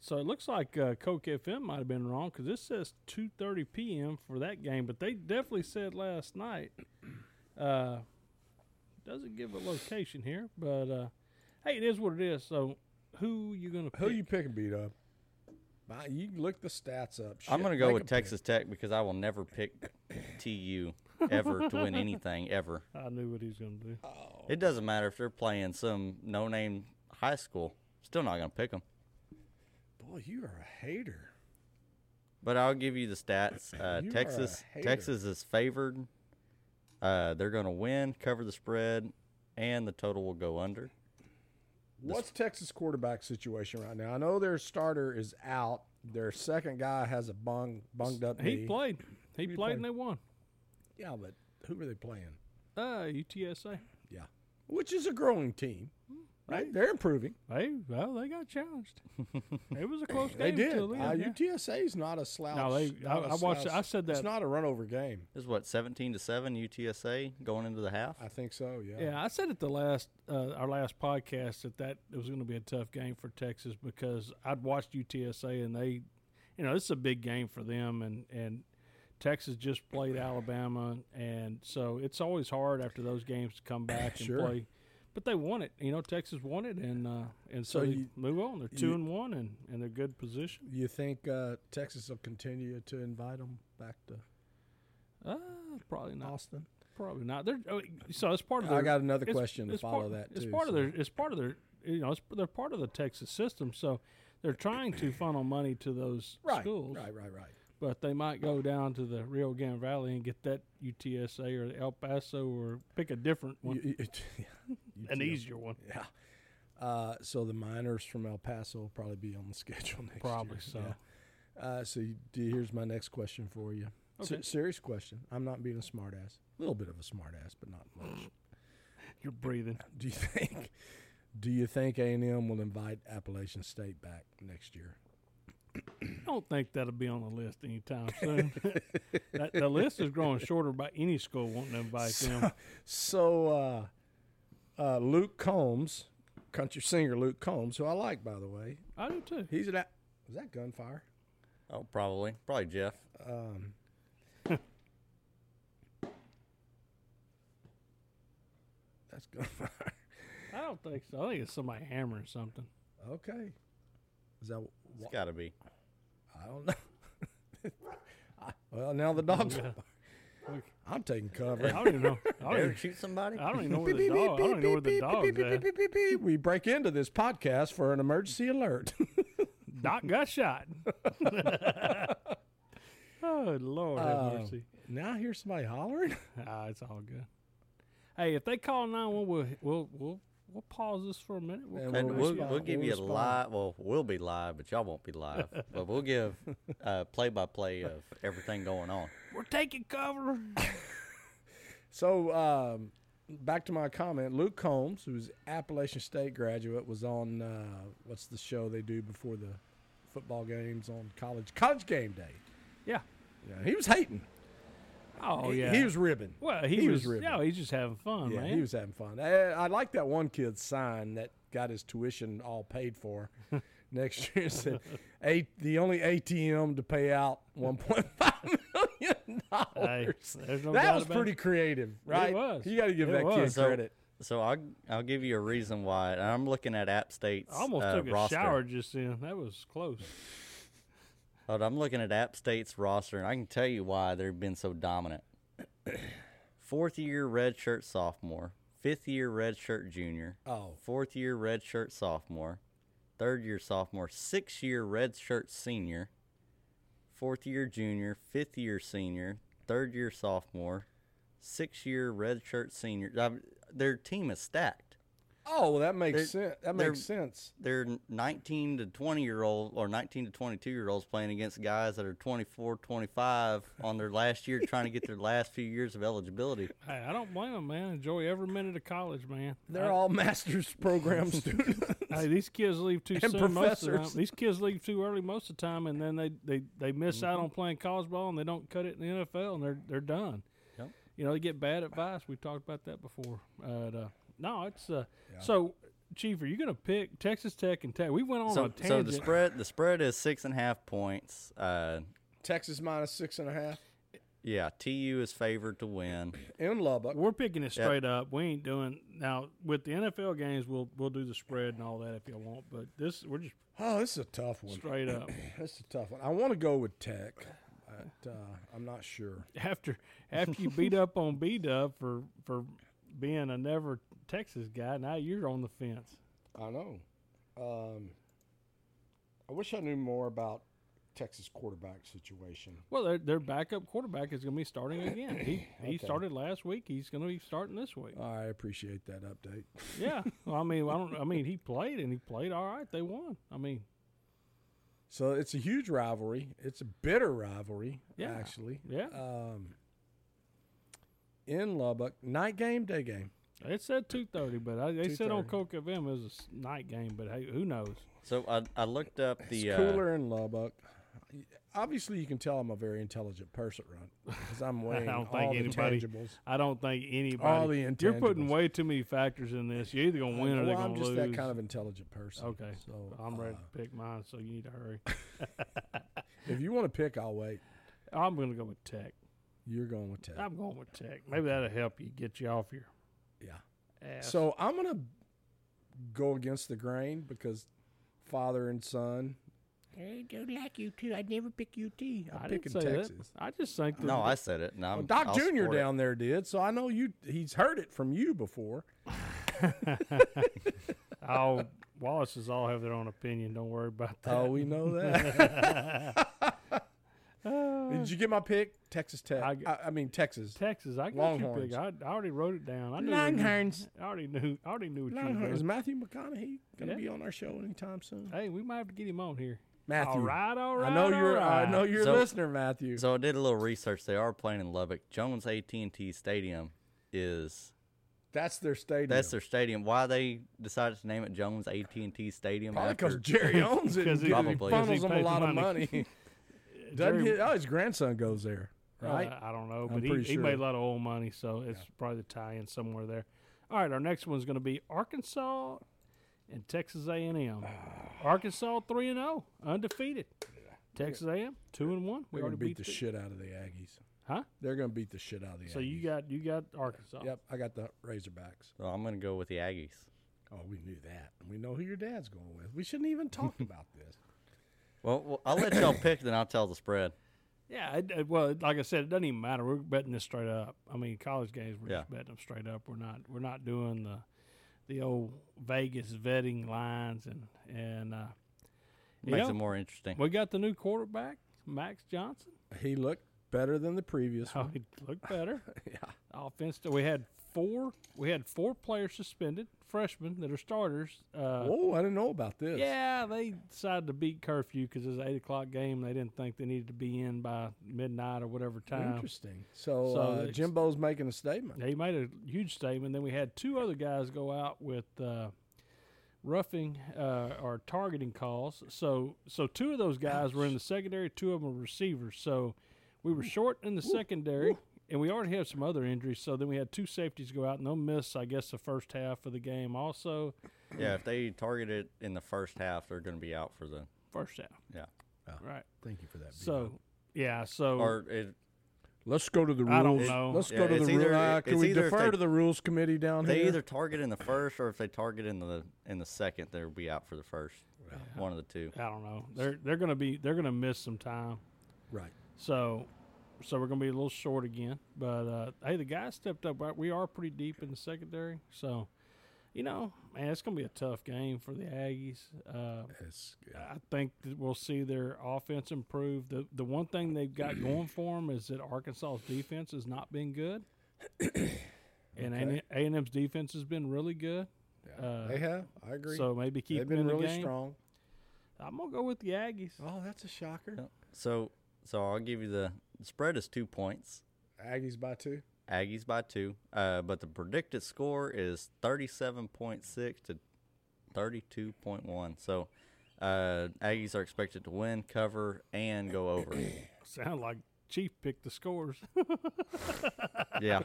So it looks like uh, Coke FM might have been wrong because this says two thirty p.m. for that game, but they definitely said last night. Uh, doesn't give a location here, but uh, hey, it is what it is. So who you gonna pick?
Who you picking, Beat Up? My- You can look the stats up.
I'm
Shit,
going to go
make
with
a pick.
Texas Tech because I will never pick TU ever to win anything ever.
I knew what he was gonna do.
It doesn't matter if they're playing some no-name high school. Still not going to pick them.
Boy, you are a hater.
But I'll give you the stats. Uh,
You are a
Texas
hater.
Texas is favored. Uh, they're going to win, cover the spread, and the total will go under.
What's Texas quarterback situation right now? I know their starter is out. Their second guy has a bung, bunged up
He
knee.
played. He,
He
played,
played.
and they won.
yeah, but who are they playing?
Uh, UTSA.
Yeah. Which is a growing team,
Hmm.
right? They're improving.
They well, they got challenged. it was a close game.
They did.
till the
Uh,
end, yeah.
UTSA is not a slouch.
No, they-
not
I-
a
I watched it.
slouch.
I said
It's
that-
not a runover game.
Is what 17 to seven UTSA going into the half?
I think so. Yeah.
Yeah, I said at the last uh, our last podcast that that it was going to be a tough game for Texas because I'd watched UTSA and they, you know, this is a big game for them and and Texas just played Alabama and so it's always hard after those games to come back
Sure.
and play. But they won it, you know. Texas won it, and uh, and so,
So
they
you-
move on. They're two
you-
and one, and and they're good position.
You think uh, Texas will continue to invite them back to
Uh, probably not.
Austin?
Probably not. They're, oh, so it's part of. Their,
I got another
it's-
question to
it's
follow
part,
that,
It's
too,
part
so.
of their. It's part of their. You know, it's, they're part of the Texas system, so they're trying to funnel money to those
Right.
schools.
Right. Right. Right.
But they might go down to the Rio Grande Valley and get that UTSA or El Paso or pick a different one,
You- you- yeah. You
an
too.
easier one.
Yeah. Uh, so the miners from El Paso will probably be on the schedule next
Probably
year.
so.
Yeah. Uh, so you, do- here's my next question for you. Se-
Okay.
serious question. I'm not being a smartass. A little bit of a smartass, but not much.
You're breathing.
do you think? Do you think A&M will invite Appalachian State back next year?
I don't think that'll be on the list anytime soon. that, the list is growing shorter by any school wanting to invite them.
So uh, uh, Luke Combs, country singer Luke Combs, who I like by the way,
I do too.
he's at was that gunfire?
Oh, probably, probably Jeff.
Um, that's gunfire.
I don't think so. I think it's somebody hammering something.
Okay, is that?
It's got to be.
I don't know. I, well, now the dogs.
Yeah.
I'm taking
I
cover.
don't even know. I don't even,
Eric shoot somebody?
I don't even know where
Beep,
the
beep,
dog. I
beep,
don't even know where the
beep, beep,
dog's
beep,
at.
beep, beep, beep, beep. We break into this podcast for an emergency alert.
Doc got shot. oh Lord, have
Um,
mercy.
now I hear somebody hollering.
Ah, it's all good. Hey, if they call nine one, we'll we'll we'll we'll pause this for a minute. We'll
And
come
And
We'll
back
we'll,
to
respond.
you.
we'll give
We'll
you a
respond.
live. Well, we'll be live, but y'all won't be live. but we'll give uh, play-by-play of everything going on.
We're taking cover.
So um, back to my comment. Luke Combs, who's Appalachian State graduate, was on uh, what's the show they do before the football games on college college game day.
Yeah.
Yeah, he was hating.
Oh
He-
yeah.
he was ribbing.
well. He,
he
was.
was ribbing.
yeah, he's just having fun,
yeah,
man.
he was having fun. I, I like that one kid's sign that got his tuition all paid for. Next year it said, eight, the only ATM to pay out one point five million
Hey,
dollars.
there's no doubt
that was
about
pretty creative, right?
was.
You got to give
It
that
was.
kid
So-
credit.
So I'll I'll give you a reason why. And I'm looking at App State's
I almost
uh,
took a
roster.
shower just then. That was close.
But I'm looking at App State's roster, and I can tell you why they've been so dominant. Fourth year redshirt sophomore, fifth year redshirt junior,
Oh,
fourth year redshirt sophomore, third year sophomore, six year redshirt senior, fourth year junior, fifth year senior, third year sophomore, six year redshirt senior. I- Their team is stacked.
oh, well, that makes
They're-
sense. That
they're-
makes sense.
They're 19 to 20 year old or 19 to 22 year olds playing against guys that are 24, 25 on their last year trying to get their last few years of eligibility.
Hey, I don't blame them, man. Enjoy every minute of college, man.
They're
I-
all master's program students.
Hey, these kids leave too
And
soon most of the time.
professors.
These kids leave too early most of the time, and then they, they, they miss
Mm-hmm.
out on playing college ball, and they don't cut it in the NFL, and they're they're done.
Yep.
You know, they get bad advice. We've talked about that before. Uh, the- no, it's uh, so. Chief, are you going to pick Texas Tech and Tech? We went on a
So, so
tangent.
the spread the spread is six and a half points. Uh,
Texas minus six and a half
yeah, TU is favored to win.
in Lubbock.
We're picking it straight up. We ain't doing now with the NFL games. We'll we'll do the spread and all that if y'all want. But this we're just
Oh, this is a tough one.
straight up.
This is a tough one. I want to go with Tech, but uh, I'm not sure.
after after you beat up on B Dub for for being a never Texas guy, now you're on the fence.
I know. Um, I wish I knew more about Texas quarterback situation.
Well, their, their backup quarterback is going to be starting again. He he started last week. He's going to be starting this week.
I appreciate that update.
Yeah. Well, I mean, I don't. I mean, he played and he played all right. They won. I mean,
So it's a huge rivalry. It's a bitter rivalry,
Yeah.
actually.
yeah.
Um, in Lubbock, night game, day game.
It said two thirty, but I, they said on
2:30.
Coke FM it was a s- night game. But hey, who knows?
So I, I looked up the
it's
uh,
cooler in Lubbock. Obviously, you can tell I'm a very intelligent person, Ron, because I'm weighing
don't
all the
think anybody-
intangibles.
I don't think anybody.
All the
you're putting
intangibles.
way too many factors in this. You're either going to win or
Well,
they're
I'm
going to
just
lose.
that kind of intelligent person.
okay,
So
I'm ready
uh,
to pick mine. So you need to hurry.
if you want to pick, I'll wait.
I'm going to go with Tech.
You're going with Tech.
I'm going with Tech. Maybe that'll help you get you off your
yeah.
ass.
So I'm gonna go against the grain because father and son. I don't like UT. I'd never pick UT. I'm
I didn't
picking
say
Texas.
that. I just think that
No, I said it. No,
Well,
I'm,
Doc
I'll
Junior
support it.
down there did, so I know you. He's heard it from you before.
all Wallace's all have their own opinion. Don't worry about that.
Oh, we know that. did you get my pick? Texas Tech.
I
I,
g-
I, mean Texas.
Texas, I got you
Longhorns.
big. I, I already wrote it down. I knew. what you-
Longhorns.
I already knew. I already knew what you were
Longhorns. Uh-huh. Is Matthew
doing.
McConaughey gonna
Yeah.
be on our show anytime soon?
Hey, we might have to get him on here.
Matthew.
All right, all right.
I know you're.
all right.
I know you're a
So-
listener, Matthew.
So I did a little research. They are playing in Lubbock. Jones AT&T Stadium is
that's their stadium.
that's their stadium. Why they decided to name it Jones AT&T Stadium?
Probably because
after,
Jerry owns it.
'Cause
and
he-
gives-
Probably. 'Cause
funnels
he
him a
paid the
lot of
money.
money. Doesn't
Jerry-
he? Oh, his grandson goes there, right?
Uh, I don't know,
I'm
but he,
pretty
he
sure.
made a lot of oil money, so it's probably the tie-in somewhere there. All right, our next one's going to be Arkansas and Texas A&M. Arkansas three and zero, undefeated. Texas A&M two and one.
They're
We
gonna
already
beat
beat
the
them.
shit out of the Aggies.
huh?
They're gonna beat the shit out of the.
So
Aggies.
you got you got Arkansas.
Yep, I got the Razorbacks.
So I'm going to go with the Aggies.
Oh, we knew that. We know who your dad's going with. We shouldn't even talk about this.
Well, well, I'll let y'all pick, then I'll tell the spread.
Yeah. It, it- well, like I said, it doesn't even matter. We're betting this straight up. I mean, college games, we're just betting them straight up. We're not we're not doing the the old Vegas vetting lines and and uh, you
Makes
know,
it more interesting.
We got the new quarterback, Max Johnson.
He looked better than the previous
Oh,
one.
he looked better.
Yeah,
Offense. We had four. We had four players suspended, freshmen that are starters. Uh,
Whoa, Oh, I didn't know about this.
yeah, they decided to beat curfew because it's an eight o'clock game. They didn't think they needed to be in by midnight or whatever time.
Interesting. So,
So
uh,
it's-
Jimbo's making a statement.
He made a huge statement. Then we had two other guys go out with uh, roughing uh, or targeting calls. So, so two of those guys were in the secondary. Two of them were receivers. So, we were short in the secondary, and we already have some other injuries. So then we had two safeties go out, and they'll miss, I guess, the first half of the game. Also,
yeah, if they target it in the first half, they're going to be out for the
first half.
yeah.
Right.
Thank you for that.
So, yeah.
Oh.
So
Or it,
let's go to the rules.
I don't know.
Let's
Yeah,
go to
it's
the
either-
rules. Uh,
it-
can
it's
we
either if
defer
they-
to the rules committee down
they
here?
either target in the first, or if they target in the in the second, they'll be out for the first. One of the two.
I don't know. They're they're gonna be they're gonna miss some time.
Right.
So, so we're gonna be a little short again. But uh, hey, the guys stepped up. Right, we are pretty deep in the secondary. So, you know, man, it's gonna be a tough game for the Aggies. Uh,
It's, yeah.
I think that we'll see their offense improve. The the one thing they've got going for them is that Arkansas's defense has not been good, and A
Okay.
and M's defense has been really good.
Yeah.
uh,
they have. I agree.
So maybe keep
They've
them
been
in the
really
game.
strong.
I'm gonna go with the Aggies.
Oh, that's a shocker.
Yep. So, so I'll give you the, the spread is two points.
Aggies by two.
Aggies by two, uh, but the predicted score is thirty-seven point six to thirty-two point one. So, uh, Aggies are expected to win, cover, and go over.
Sound like Chief picked the scores.
yeah,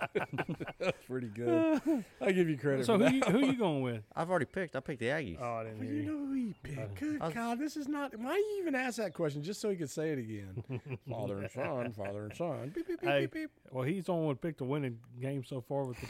That's pretty good. I give you credit.
so
for
who
that.
you, who you going with?
I've already picked. I picked the Aggies.
Oh, I didn't
Well,
hear
you
you.
know who he picked. Good
I was-
God, this is not. Why you even ask that question just so he could say it again? father and son, father and son. Beep, beep, beep,
Hey,
beep, beep.
well, he's the only one picked a winning game so far with the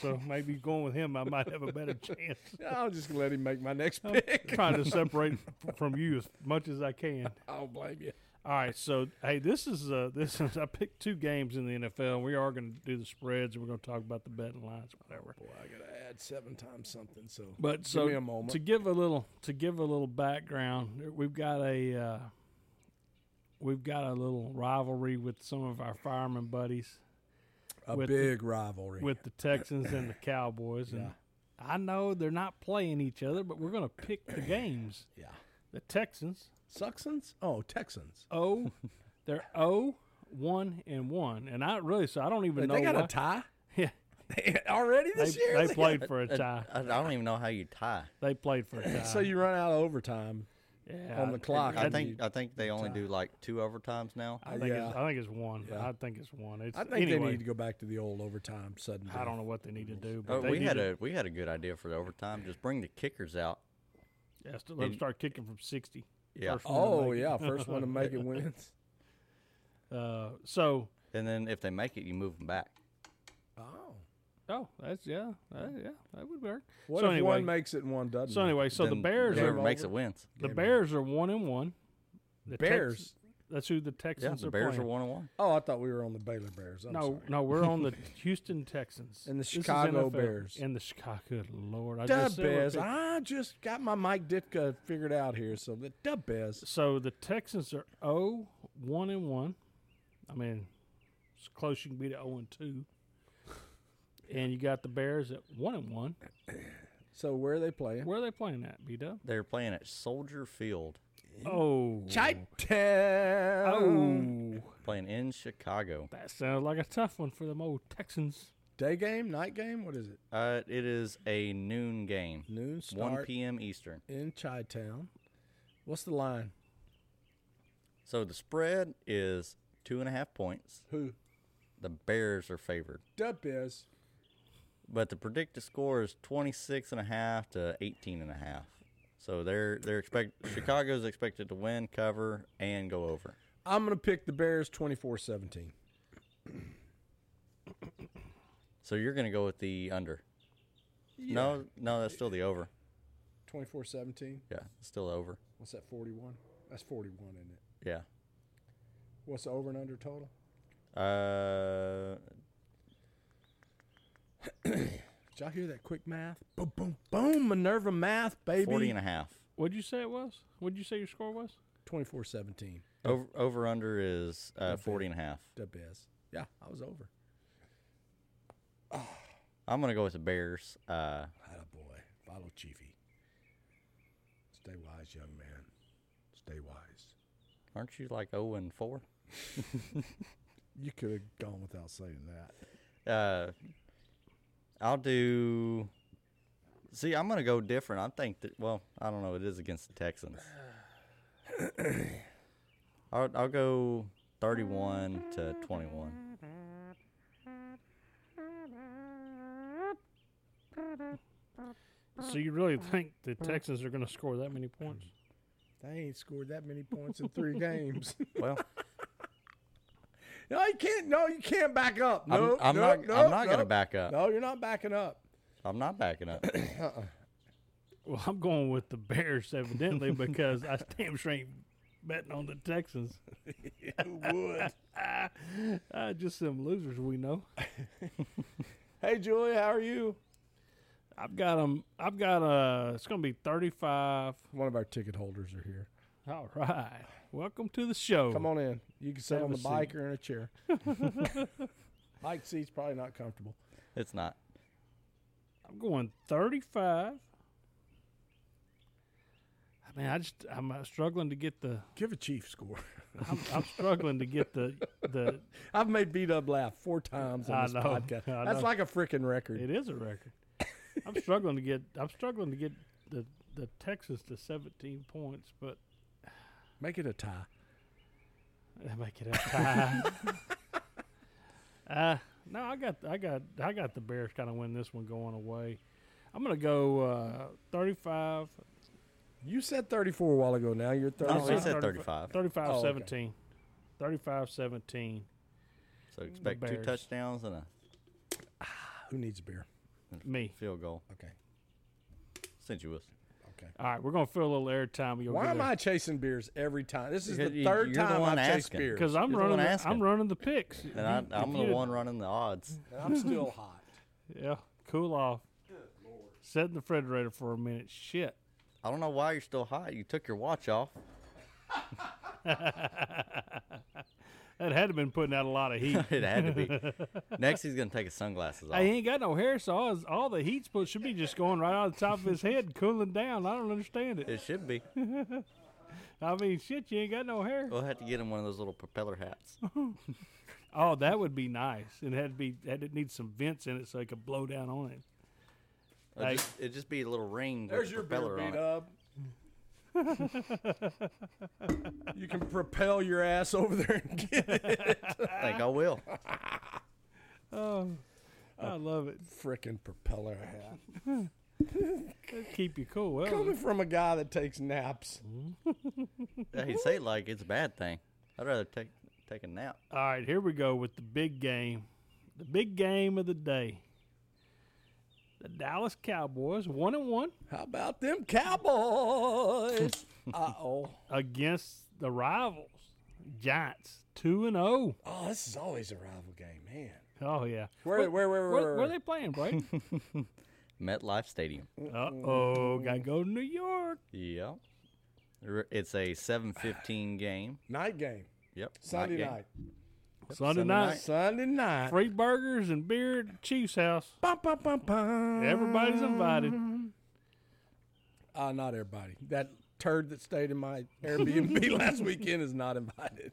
so maybe going with him, I might have a better chance.
I'll just let him make my next
I'm
pick.
trying to separate f- from you as much as I can.
I don't blame you.
All right, so hey, this is uh, this is I picked two games in the NFL. and We are going to do the spreads. and We're going to talk about the betting lines, whatever.
Boy, I gotta add seven times something. So,
But
give
so
me a moment.
to give a little to give a little background, we've got a uh, we've got a little rivalry with some of our fireman buddies.
a
with the-
big rivalry.
with the Texans and the Cowboys. And
Yeah.
I know they're not playing each other, but we're going to pick the games.
yeah,
The Texans,
Suxons. Oh, Texans.
oh, they're oh, one and one, and I really so I don't even know
they got
why.
a tie
yeah,
already
they,
this year.
they played for a
I,
tie.
Uh, I don't even know how you tie.
They played for a tie.
So you run out of overtime
yeah,
on the clock.
I
and
think
you-
I think they only do like two overtimes now.
I, I think it's,
yeah.
I think it's one.
Yeah.
I think it's one. It's,
I think
anyway,
they need to go back to the old overtime suddenly.
I don't know what they need to do, but
Oh,
they
we
need
had
to,
a we had a good idea for the overtime. Just bring the kickers out.
yeah, st- let them start kicking from sixty.
Yeah,
First one to
Oh
make it.
yeah, first one to make it wins.
Uh, so
and then if they make it, you move them back.
Oh,
oh, that's yeah, uh, yeah, that would work.
what
so
if
anyway,
one makes it and one doesn't?
So anyway, so the
Then
Bears
they
are
whoever
Game
makes
over.
it wins.
the
Game
Bears are one and one. The Tex-
Bears.
that's who the
Yeah,
Texans
the
are
Bears
playing.
are one and one.
Oh, I thought we were on the Baylor Bears. I'm
no,
sorry.
no, we're on the Houston Texans
And the
This is
Chicago
NFL.
Bears.
and the Chicago. Good Lord, I
Duh,
just said we're
Bez.
pick-
I just got my Mike Ditka figured out here. So the Duh, Bez.
so the Texans are 0 one and one. I mean, it's close you can be to zero and two. And you got the Bears at one and one.
So where are they playing?
Where are they playing at? B Dub.
They're playing at Soldier Field,
Oh,
Chi-town.
oh,
playing in Chicago.
that sounded like a tough one for them old Texans.
Day game, night game. What is it?
Uh, it is a noon game,
Noon
one
start
p.m. Eastern.
in Chi Town. What's the line?
So the spread is two and a half points.
Who?
The Bears are favored,
Duh, Bez.
but the predicted score is 26 and a half to 18 and a half. So they're they're expect Chicago's expected to win, cover, and go over.
I'm gonna pick the Bears 24-17.
So you're gonna go with the under. No, no, that's still the over.
24-17.
Yeah, it's still over.
What's that? 41. That's 41, isn't it?
Yeah.
What's the over and under total?
Uh,
Did y'all hear that quick math? Boom, boom, boom. Minerva math, baby.
40 and a half.
What'd you say it was? What'd you say your score was?
24 17.
Over over under is uh, 40 and a half.
The best. Yeah, I was over.
I'm gonna go with the Bears. Uh,
Had a boy. Follow Chiefy. Stay wise, young man. Stay wise.
aren't you like 0 and 4?
You could have gone without saying that.
Uh, I'll do. See, I'm gonna go different. I think that. Well, I don't know. It is against the Texans. I'll I'll go 31 to 21.
So you really think the
Mm.
Texans are going to score that many points?
They ain't scored that many points in three games.
Well,
no, you can't. No, you can't back up.
I'm-
No,
I'm
no,
not-
no,
I'm not gonna
no.
back up.
No, you're not backing up.
I'm not backing up.
Well, I'm going with the Bears, evidently, because I damn sure ain't betting on the Texans.
Who would?
Uh, just some losers we know.
hey, Julia, how are you?
I've got them. I've got a. It's going to be 35.
One of our ticket holders are here.
All right. Welcome to the
Oh.
show.
Come on in. You can sit
Have
on
a
the bike
seat.
or in a chair. Mike's seat's probably not comfortable.
It's not.
I'm going 35. I mean, I just I'm uh, struggling to get the
Give a Chief score.
I'm, I'm struggling to get the the
I've made beat up laugh four times on
I
this
know.
podcast.
I
That's
know.
like a freaking record.
it is a record. I'm struggling to get I'm struggling to get the the Texas to 17 points, but
Make it a tie.
I make it a tie. uh, no, I got I got I got the Bears kind of win this one going away. I'm gonna go uh, 35,
You said 34 a while ago. Now you're
No, he
35.
said
35.
35.
35
Oh, okay.
17. 35 17.
So expect two
Bears.
touchdowns and a
Who needs a beer?
Me.
field goal.
Okay.
Sensuous.
Okay.
All right, we're gonna fill a little air time. You'll
Why
get
am
a-
I chasing beers every time? This is
Because
the
you-
third
you're the
time
one
I've chased
asking.
beers.
Because I'm
You're the one
running, the,
asking.
I'm running the picks.
And I,
You-
I'm
if
the
you'd-
one running the odds.
And I'm still hot.
Yeah, cool off. Set in the refrigerator for a minute. Shit.
I don't know why you're still hot. You took your watch off.
That had to been putting out a lot of heat.
It had to be. Next, he's gonna take his sunglasses off.
Hey, he ain't got no hair, so all, his, all the heat supposed should be just going right out the top of his head, cooling down. I don't understand it.
It should be.
I mean, shit, you ain't got no hair.
We'll have to get him one of those little propeller hats.
Oh, that would be nice. It had to be had to need some vents in it so it could blow down on him.
It'd just, it'd just be a little ring with
There's
a
your beer
propeller on
beat
it.
up. you can propel your ass over there and get it.
I think I will.
Oh, I love it.
Frickin' propeller hat.
That'd keep you cool. Well,
Coming from a guy that takes naps.
He'd say it like it's a bad thing. I'd rather take take a nap.
All right, here we go with the big game. The big game of the day. The Dallas Cowboys, one and one
How about them Cowboys? uh oh.
against the rivals, Giants, two and oh.
Oh, this is always a rival game, man.
Oh yeah.
Where, where, where, where,
Where,
where,
where they playing, Brady?
MetLife Stadium.
uh oh, gotta
Mm-hmm.
go to New York.
Yep. R- It's a 7:15 game.
Night game.
Yep.
Sunday
game.
night.
Sunday,
Sunday
night,
night.
Sunday night.
free burgers and beer at the Chiefs house.
Bum, bum, bum, bum.
Everybody's invited.
Mm-hmm. Uh, not everybody. That turd that stayed in my Airbnb last weekend is not invited.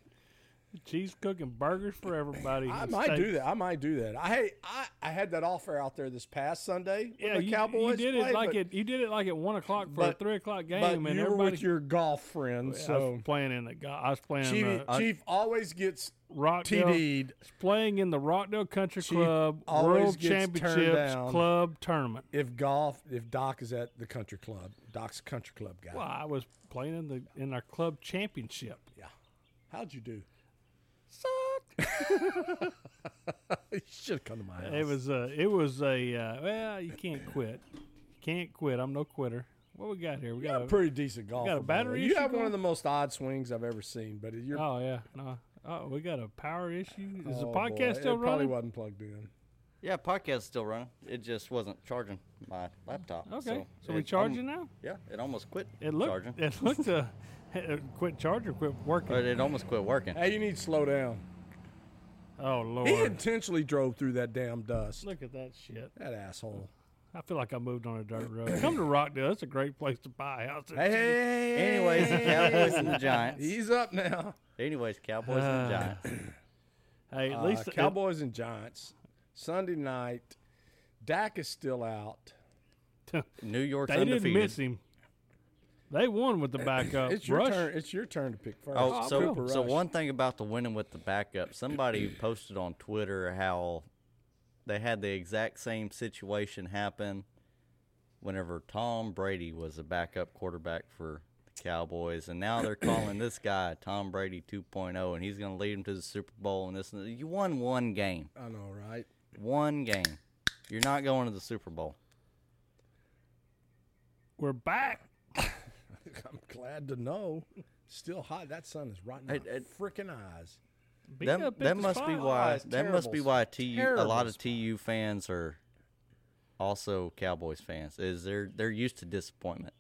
Chiefs cooking burgers for everybody.
I
and
might do
steaks.
that. I might do that. I I, I had that offer out there this past Sunday. when
Yeah,
the
you,
Cowboys.
you did
played,
it like
but,
at you did it like at one o'clock for a
but-
three o'clock game,
But
and
you were
everybody
with your golf friend,
I was
so
playing in the go- I was playing
Chief,
uh,
Chief always gets
Rockdale.
TD'd.
Playing in the Rockdale Country
Chief
Club
always
World
gets turned
Championships
down.
Club Tournament.
If golf, if Doc is at the country club, Doc's a country club guy.
Well, I was playing in the in our club championship.
Yeah. How'd you do?
Suck.
You should have come to my house.
It was a it was a uh, well, you can't quit. You can't quit. I'm no quitter. What we got here? We
You're
got
a
a,
pretty decent golfer. by the way.
battery
You
issue
have one
going?
of the most odd swings I've ever seen, but you're
Oh yeah, no. Oh, we got a power issue. Is the
Oh,
podcast
boy.
still
it Probably
running?
wasn't plugged in.
Yeah, podcast's still running. It just wasn't charging my laptop.
Okay, so,
so
we
it
charging
almo-
now.
Yeah, it almost quit
It looked
charging.
it looked uh, it quit charger quit working.
But it almost quit working.
Hey, you need to slow down.
Oh
He
lord,
intentionally drove through that damn dust.
look at that shit.
That asshole.
I feel like I moved on a dirt road. Come to Rockdale. That's a great place to buy a house.
Hey, hey, hey, hey,
Anyways, the
hey.
Cowboys and the Giants.
he's up now.
Anyways, Cowboys
Uh,
and the Giants.
Hey, at
Uh,
least it-
Cowboys and Giants. Sunday night. Dak is still out.
New York's
they didn't
undefeated.
miss him. They won with the backup.
It's your
Oh, Rush.
turn. It's your turn to pick first.
Oh,
Oh,
so
Cooper
so
Rush.
one thing about the winning with the backup. Somebody posted on Twitter how they had the exact same situation happen whenever Tom Brady was a backup quarterback for the Cowboys, and now they're calling this guy Tom Brady 2.0, and he's going to lead them to the Super Bowl. And this, and that. you won one game,
I know, right?
one game. You're not going to the Super Bowl.
We're back.
I'm glad to know. Still hot. That sun is right now.
It- it-
Freaking eyes.
Beat
That,
up
that
Memphis
must be
Five.
Ah,
why
it's
that must be
terrible
why TU a lot
terrible
of
spot.
TU fans are also Cowboys fans. Is they're they're used to disappointment.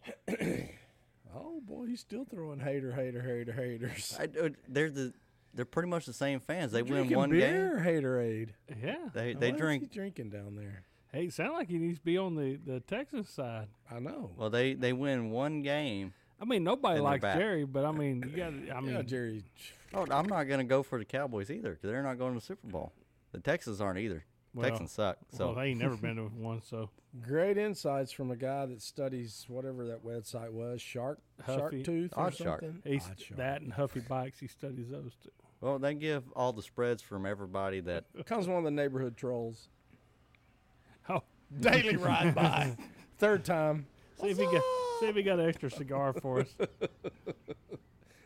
Oh boy, he's still throwing hater, hater, hater, haters.
I, dude, they're the they're pretty much the same fans. They win
Drinking
one game.
beer, haterade.
Yeah.
They
Now,
they
what is he
drink
drinking down there.
Hey, sound like he needs to be on the, the Texas side.
I know.
well they they win one game.
I mean, nobody
And they're
likes
back.
Jerry, but I mean, you got. to I mean,
yeah, Jerry.
Oh, I'm not gonna go for the Cowboys either because they're not going to the Super Bowl. The Texans aren't either.
Well,
Texans suck. So
well, they ain't never been to one. So
Great insights from a guy that studies whatever that website was, Shark
Huffy.
Shark Tooth or
Odd Shark.
something.
he's
Odd Shark.
that and Huffy Bikes. He studies those too.
well they give all the spreads from everybody that
comes one of the neighborhood trolls.
Oh,
Daily ride by. Third time.
see if he got see if he got an extra cigar for us.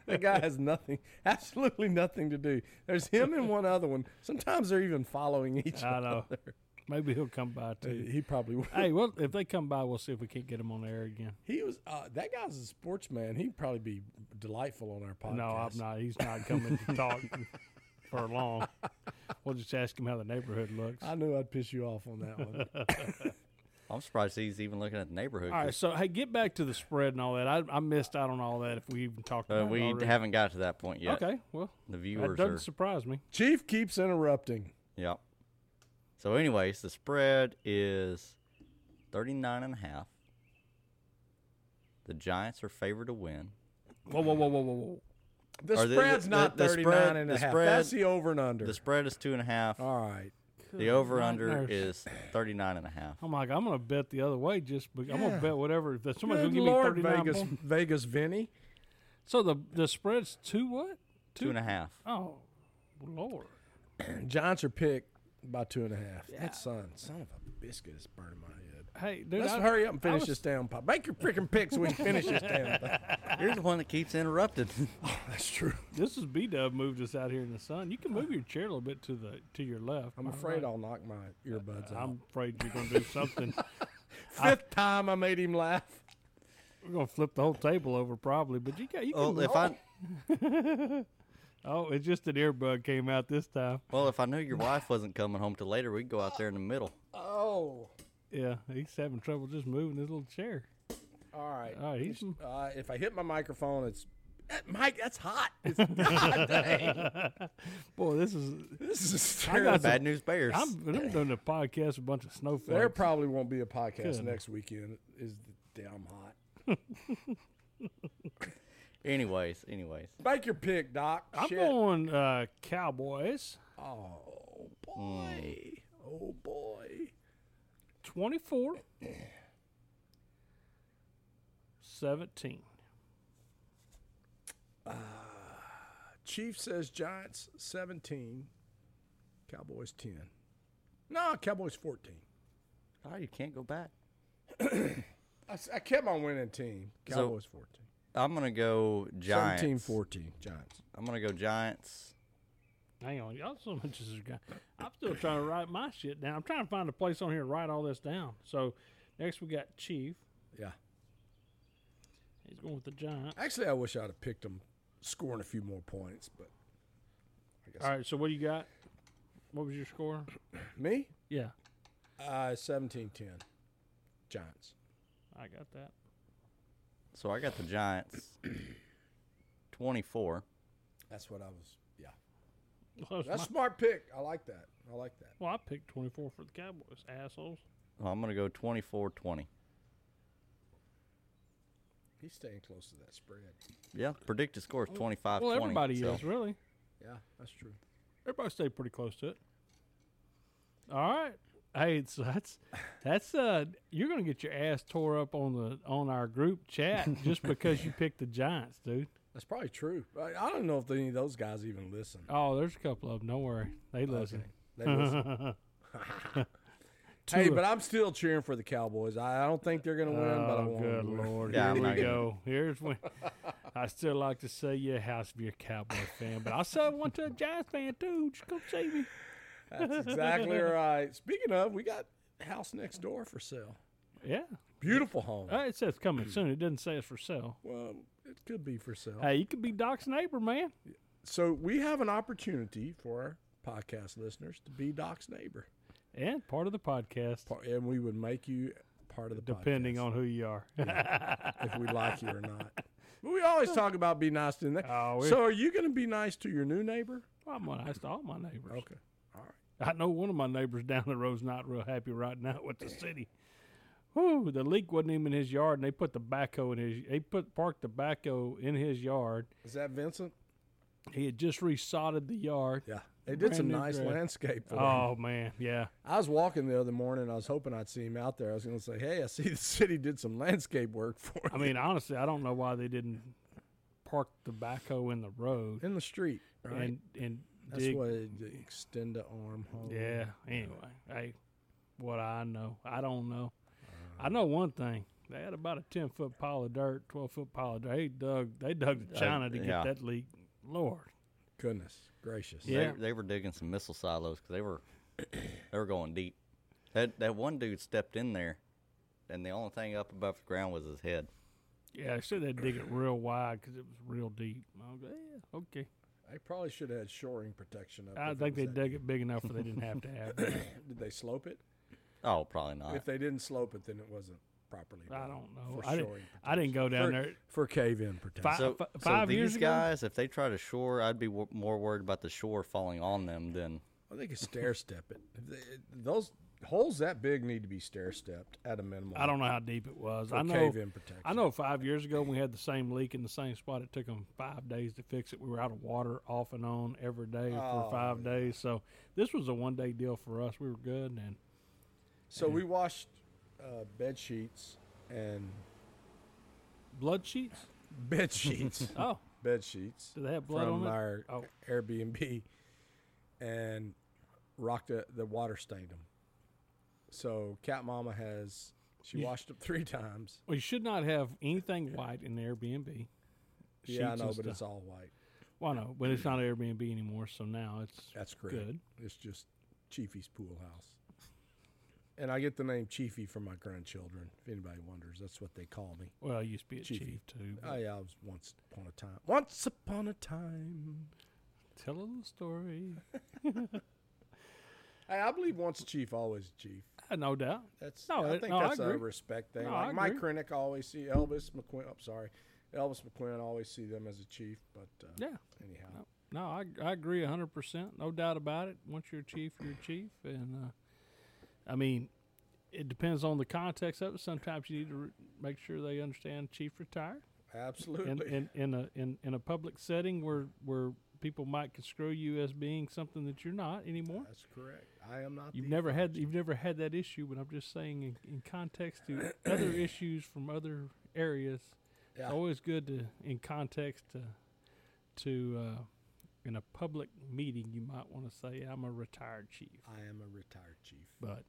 That guy has nothing, absolutely nothing to do. There's him and one other one. Sometimes they're even following each
I
other.
know. Maybe he'll come by too.
He probably will.
hey, well, if they come by, we'll see if we can't get him on the air again.
He was uh, that guy's a sportsman. He'd probably be delightful on our podcast.
No, I'm not. He's not coming to talk for long. We'll just ask him how the neighborhood looks.
I knew I'd piss you off on that one.
I'm surprised he's even looking at the neighborhood.
All right,
'cause,
so hey, get back to the spread and all that. I, I missed out on all that. If we even talked
uh,
about
we
it already.
haven't got to that point yet.
Okay, well,
The
that
viewers
doesn't
are
surprise me.
Chief keeps interrupting.
Yep. So, anyways, the spread is 39 and a half. The Giants are favored to win.
Whoa, whoa, whoa, whoa, whoa, whoa.
The
Or the-
spread's
the-
not
the
39
spread-
and a
the
half.
spread-
That's the over and under.
The spread is two and a half.
All right.
the over under
Oh, nightmares.
is 39 and a half.
I'm like, I'm gonna bet the other way. Just be, I'm gonna
Yeah.
bet whatever. If somebody's
Good
gonna give me
Lord,
39
Vegas,
points-
Vegas Vinny.
So the the spread's two what?
Two and a half.
Oh, Lord.
Giants are picked by two and a half. That son, son of a biscuit is burning my head.
Hey, dude,
Let's
I-
hurry up and
I
finish
was-
this down. Pop. Make your freaking picks so we can finish this down.
Oh.
You're the one that keeps interrupted.
That's true.
This is B Dub moved us out here in the sun. You can move your chair a little bit to the to your left.
I'm
All
afraid
right.
I'll knock my earbuds out.
I'm afraid you're gonna do something.
Fifth time I made him laugh.
We're gonna flip the whole table over probably. But you got you can.
well, if I
oh, it's just an earbud came out this time.
well, if I knew your wife wasn't coming home till later, we'd go out there in the middle.
Oh,
Yeah, he's having trouble just moving his little chair.
all right.
All right, Ah, he's-
Uh, if I hit my microphone, it's That- Mike. That's hot. It's God dang.
Boy, this is.
This is
I got
terrible.
Bad news bears.
I'm, I'm doing a podcast with a bunch of snowflakes.
There probably won't be a podcast
Good.
next weekend. Is the damn hot.
Anyways, anyways.
Make your pick, Doc.
I'm
Shit.
going uh, Cowboys
Oh
Mm.
boy. Oh boy.
24 17.
Chief says Giants 17, Cowboys 10. No, Cowboys 14.
Oh, you can't go back.
I, s- I kept my winning team.
So,
Cowboys 14.
I'm gonna go Giants.
17 14. Giants.
I'm gonna go Giants.
Hang on, y'all so much as a guy. I'm still trying to write my shit down. I'm trying to find a place on here to write all this down. So next we got Chief.
Yeah.
He's going with the Giants.
Actually, I wish I'd have picked them scoring a few more points, but I guess.
All right, so what do you got? What was your score?
Me?
Yeah,
Uh, 17 10. Giants.
I got that.
So I got the Giants. 24.
That's what I was. Yeah.
Well, it's
That's
my-
a smart pick. I like that. I like that.
well, I picked 24 for the Cowboys, assholes.
Well, I'm going to go 24 20.
He's staying close to that spread.
Yeah, predicted score is 25
Oh, well,
20.
everybody
so-
is, really.
Yeah, that's true.
Everybody stayed pretty close to it. All right. Hey, so that's that's uh you're gonna get your ass tore up on the on our group chat just because you picked the Giants, dude.
That's probably true. I, I don't know if any of those guys even listen.
Oh, there's a couple of them. Don't worry, they listen.
They listen. hey, but I'm still cheering for the Cowboys. I, I don't think they're going to win, but I
Oh,
want
good
them to win.
lord!
Yeah, I'm
Here
not
we
gonna-
go. Here's when I still like to say your house if you're a Cowboy fan, but I said one to a Giants fan too. Just come see me.
That's exactly right. Speaking of, we got house next door for sale.
Yeah.
Beautiful home.
Uh, it says coming soon. It doesn't say it's for sale.
Well, it could be for sale.
Hey, you could be Doc's neighbor, man.
So we have an opportunity for our podcast listeners to be Doc's neighbor,
And part of the podcast,
Par- and we would make you part of the
depending
podcast
on who you are.
if we like you or not. But we always talk about be nice to the neighbor.
Oh, we-
so are you going to be nice to your new neighbor?
I'm nice to all my neighbors.
Okay. All right.
I know one of my neighbors down the road's not real happy right now with the city. Whew, the leak wasn't even in his yard, and they put the backhoe in his. They put parked the backhoe in his yard.
Is that Vincent?
He had just resodded the yard.
Yeah. They did some
Brand new
nice
grass.
landscape for him.
Oh man, yeah.
I was walking the other morning. I was hoping I'd see him out there. I was going to say, "Hey, I see the city did some landscape work for
I
you
mean, honestly, I don't know why they didn't park the backhoe in the road
in the street." Right?
and and
That's
dig.
what it- the extend the arm hole.
yeah. Anyway, hey, what I know, I don't know. I know one thing. They had about a ten foot pile of dirt, twelve foot pile of dirt. They dug, they dug to
Uh,
China to get
yeah.
that leak. Lord,
Goodness gracious.
Yeah.
They, they were digging some missile silos because they were they were going deep. That that one dude stepped in there, and the only thing up above the ground was his head.
yeah, I said they'd dig it real wide because it was real deep. I was like, yeah, okay.
They probably should have had shoring protection up.
I
if it
think
was
they
that-
dug it big enough where they didn't have to have. it.
Did they slope it?
Oh, probably not.
If they didn't slope it, then it wasn't properly.
I
done
don't know.
For
I didn't.
shoring
I didn't go down
for,
there.
for cave-in protection.
so,
uh, fi-
so
five
these
years ago?
guys, if they try to shore, I'd be w- more worried about the shore falling on them than
I think it's stair step it. If they- Those holes that big need to be stair stepped at a minimum.
I don't know how deep it was.
For
I know.
cave-in protection.
I know five years ago when we had the same leak in the same spot. It took them five days to fix it. We were out of water off and on every day
Oh,
for five days. So this was a one day deal for us. We were good. And
So we washed uh, bed sheets and
blood sheets?
bed sheets,
Oh,
bed sheets.
do they have blood
from
on it?
our
Oh.
Airbnb and rocked the, the water stained them. So cat mama has she
You-
washed them three times.
Well, you should not have anything white in the Airbnb.
Yeah, I
Sheets
know,
and
but
stuff.
it's all white.
Well, no, but it's not Airbnb anymore. So now it's
That's correct.
Good.
It's just Chiefy's pool house. And I get the name Chiefy from my grandchildren. If anybody wonders, that's what they call me.
well, it used to be a
Chiefy.
chief, too. but
I, I was once upon a time. Once upon a time.
Tell a little story.
Hey, I believe once chief, always chief.
Uh, no doubt.
That's
No,
I
it-
think
no, I
that's a
agree.
respect thing.
No,
like
I
Mike
agree.
Krennic always see Elvis McQueen. I'm sorry, Elvis McQueen always see them as a chief. But uh,
Yeah.
anyhow,
No, no, I, I agree 100%. No doubt about it. Once you're a chief, you're a chief. And, uh, I mean, it depends on the context of it. Sometimes you need to re- make sure they understand chief retired.
absolutely.
In, in, in, a, in, in a public setting where, where people might construe you as being something that you're not anymore.
that's correct. I am not.
You've
the
never had you've never had that issue, but I'm just saying in, in context to other issues from other areas,
Yeah.
it's always good to in context to to uh, in a public meeting you might want to say I'm a retired chief,
I am a retired chief.
but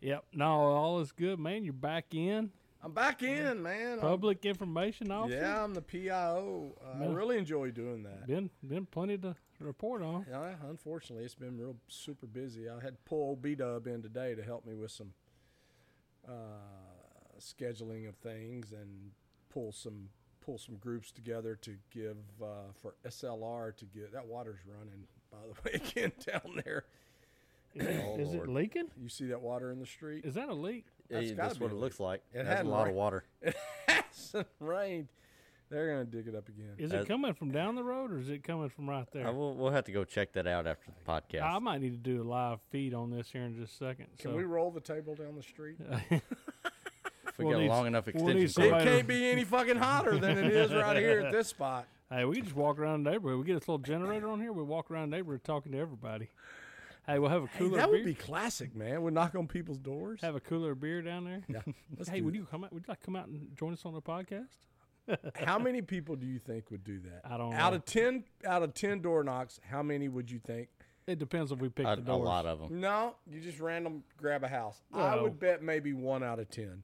yep, no, all is good, man. You're back in
I'm back in, man. I'm-
public information officer.
Oh. yeah, I'm the PIO. Uh, I
Yeah.
really enjoy doing that.
been been plenty to report on.
Yeah, unfortunately, it's been real super busy. I had to pull old B Dub in today to help me with some uh, scheduling of things and pull some pull some groups together to give uh, for SLR to get that water's running. By the way, again down there,
Is it,
Oh,
is it
Lord.
leaking?
you see that water in the street?
Is that a leak?
That's
Yeah,
gotta
that's
be
what
a
it
leak.
looks like.
It
That's
hadn't
a lot
rained.
of water.
It hasn't rained. They're gonna dig it up again.
Is it
That-
coming from down the road or is it coming from right there?
I will, we'll have to go check that out after the podcast.
I might need to do a live feed on this here in just a second.
Can
so-
we roll the table down the street?
if we
we'll
get
need
a long
s-
enough
we'll
extension,
need
cord,
It
somebody-
can't be any fucking hotter than it is right here at this spot.
hey, we can just walk around the neighborhood. We get this little generator on here. We walk around the neighborhood talking to everybody. Hey, we'll have a
Hey,
cooler
that
beer.
would be classic, man. We'd knock on people's doors.
have a cooler beer down there.
Let's
hey,
do
would you come out? Would you like to come out and join us on the podcast?
that. how many people do you think would do that?
I don't
Out
know.
of ten, out of ten door knocks, how many would you think?
It depends if we pick
a,
the
a
doors.
lot of them.
No, you just random grab a house. I
Well-
would bet maybe one out of ten.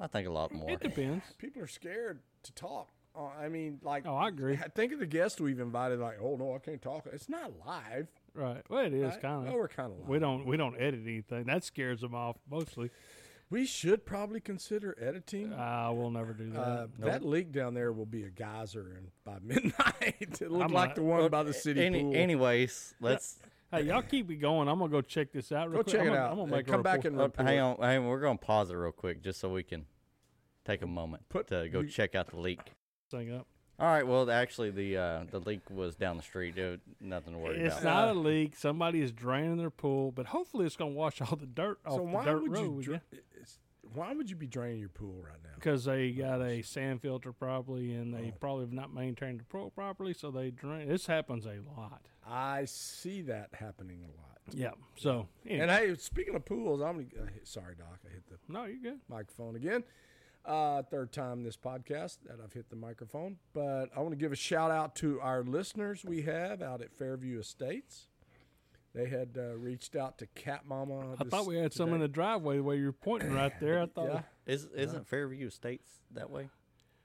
I think a lot more.
It depends.
People are scared to talk. Uh, I mean, like,
Oh, I agree.
think of the guests we've invited. Like, oh no, I can't talk. It's not live.
Right. Well, it is
right?
kind
Well,
of.
we're kind of live.
We don't we don't edit anything. That scares them off mostly.
We should probably consider editing.
I will never do that.
Uh, That leak down there will be a geyser, and by midnight, it looked
I'm
like
not-
the one by the city
Any,
pool.
Anyways, let's
hey, y'all keep it going. I'm gonna go check this out. Real
Go
quick.
check
I'm
it
gonna-
out.
I'm gonna
Uh,
make a
come back
report.
and report.
hang on. Hang on. We're gonna pause it real quick just so we can take a moment
Put-
to go
we-
check out the leak.
thing up.
All right. Well, actually, the uh, the leak was down the street. It, nothing to worry
It's
about.
not a leak. Somebody is draining their pool, but hopefully it's gonna wash all the dirt off
So
the
why
dirt
would you?
road.
dra- it's- why would you be draining your pool right now?
Because they got a sand filter probably, and they probably have not maintained the pool properly, so they drain. This happens a lot.
I see that happening a lot.
Yeah. So, anyway.
And hey, speaking of pools, I'm gonna, uh, sorry, Doc. I hit the
no, you're good.
microphone again. Uh, third time this podcast that I've hit the microphone, but I want to give a shout out to our listeners we have out at Fairview Estates. They had uh, reached out to Cat Mama.
I thought we had some in the driveway the way you were pointing right there. I thought.
Yeah,
Is, isn't Fairview Estates that way?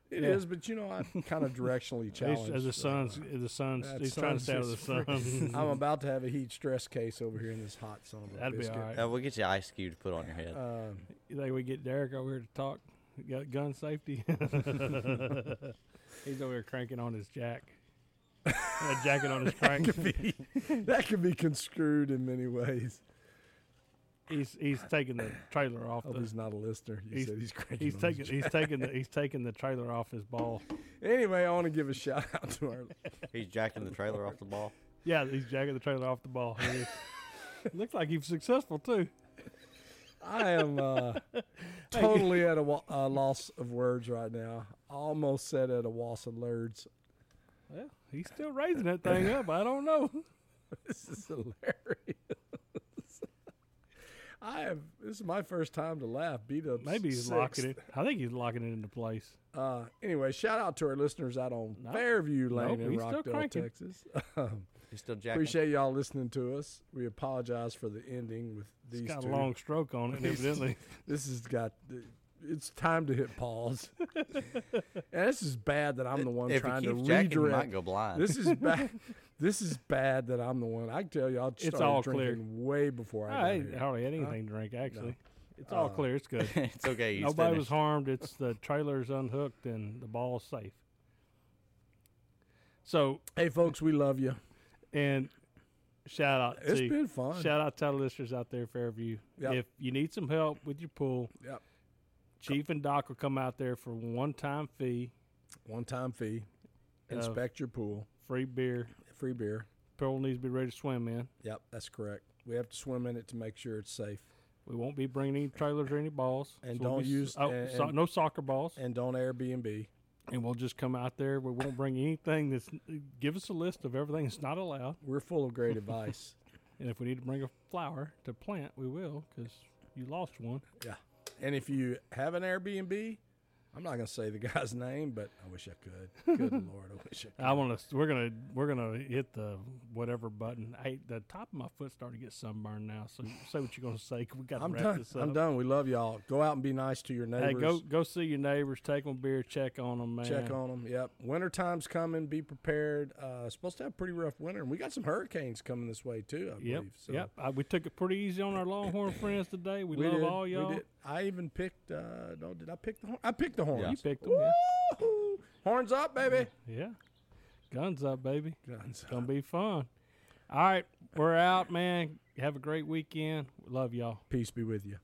it is,
Yeah.
but you know I'm kind of directionally
He's,
challenged. uh,
as the
so
sun's, the sun's,
that
he's trying
sun's
to stay out of the
just freaking-
sun.
I'm about to have a heat stress case over here in this hot sun. of a
That'd be
biscuit.
all right.
Uh, we'll get you ice cube to put on your head.
Um,
You think we get Derek over here to talk? We Got gun safety. He's over here cranking on his jack. Got a jacket on his crank.
that can be construed in many ways.
he's he's taking the trailer off.
Hope
The,
he's not a listener. You
he's-
said he's cranking.
he's
on his
taking he's taking the he's taking the trailer off his ball.
Anyway, I want to give a shout out to our.
He's jacking the trailer off the ball.
Yeah, he's jacking the trailer off the ball. It is. Looks like he's successful too.
I am uh, totally at a wa- uh, loss of words right now. Almost said at a loss of words.
Well, he's still raising that thing up. I don't know.
This is hilarious. I have. This is my first time to laugh. Beat up.
Maybe he's locking it. I think he's locking it into place.
Uh, anyway, shout out to our listeners out on
No.
Fairview Lane
Nope,
in
he's still
Rockdale,
cranking.
Texas. Um,
He's still jacking.
appreciate y'all listening to us. We apologize for the ending with these
He's got
two.
a long stroke on it,
These two.
evidently.
This has got. It's time to hit pause. and this is bad that I'm the one
if
trying
he
to
keeps jacking, he might
redirect.
go blind.
This is bad. this is bad that I'm the one. I can tell you, I started
all clear.
drinking way before I
I
got
ain't
here.
hardly had anything to drink actually. It's all
Uh,
clear. It's good.
it's okay. He's
Nobody was
finished.
harmed. It's the trailer's unhooked and the ball's safe. So
Hey, folks, we love you.
and shout out
It's
to
been fun.
shout out to our listeners out there, Fairview.
Yep.
If you need some help with your pool,
Yep.
Chief and Doc will come out there for one time fee,
One time fee.
Uh,
Inspect your pool.
free beer.
Free beer.
Pool needs to be ready to swim in.
Yep, that's correct. We have to swim in it to make sure it's safe.
We won't be bringing any trailers or any balls,
And
we'll
don't
be-
use-
oh,
and-
so-
and-
no soccer balls.
And don't Airbnb.
and we'll just come out there. We won't bring anything that's. Give us a list of everything that's not allowed,
We're full of great advice.
and if we need to bring a flower to plant, we will because you lost one.
Yeah. And if you have an Airbnb, I'm not going to say the guy's name, but I wish I could. Good Lord, I wish I could.
I want to. We're gonna. We're gonna hit the whatever button. I the top of my foot starting to get sunburned now. So say what you're gonna say. 'cause we got to
I'm
wrap
done.
this up.
I'm done. We love y'all. Go out and be nice to your neighbors.
Hey, go go see your neighbors. Take them a beer. Check on them, man.
Check on them. Yep. Wintertime's coming. Be prepared. Uh, supposed to have a pretty rough winter. And we got some hurricanes coming this way, too, I
Yep.
believe. So
Yep. I, we took it pretty easy on our Longhorn friends today. We,
We
love
did.
all
We
y'all.
did. I even picked, uh, no, did I pick the horn? I picked the horns.
You picked them. Yeah.
Woo! Horns up, baby.
yeah. Guns up, baby.
Guns
It's gonna be fun. All right, we're out, man. Have a great weekend. Love y'all.
Peace be with you.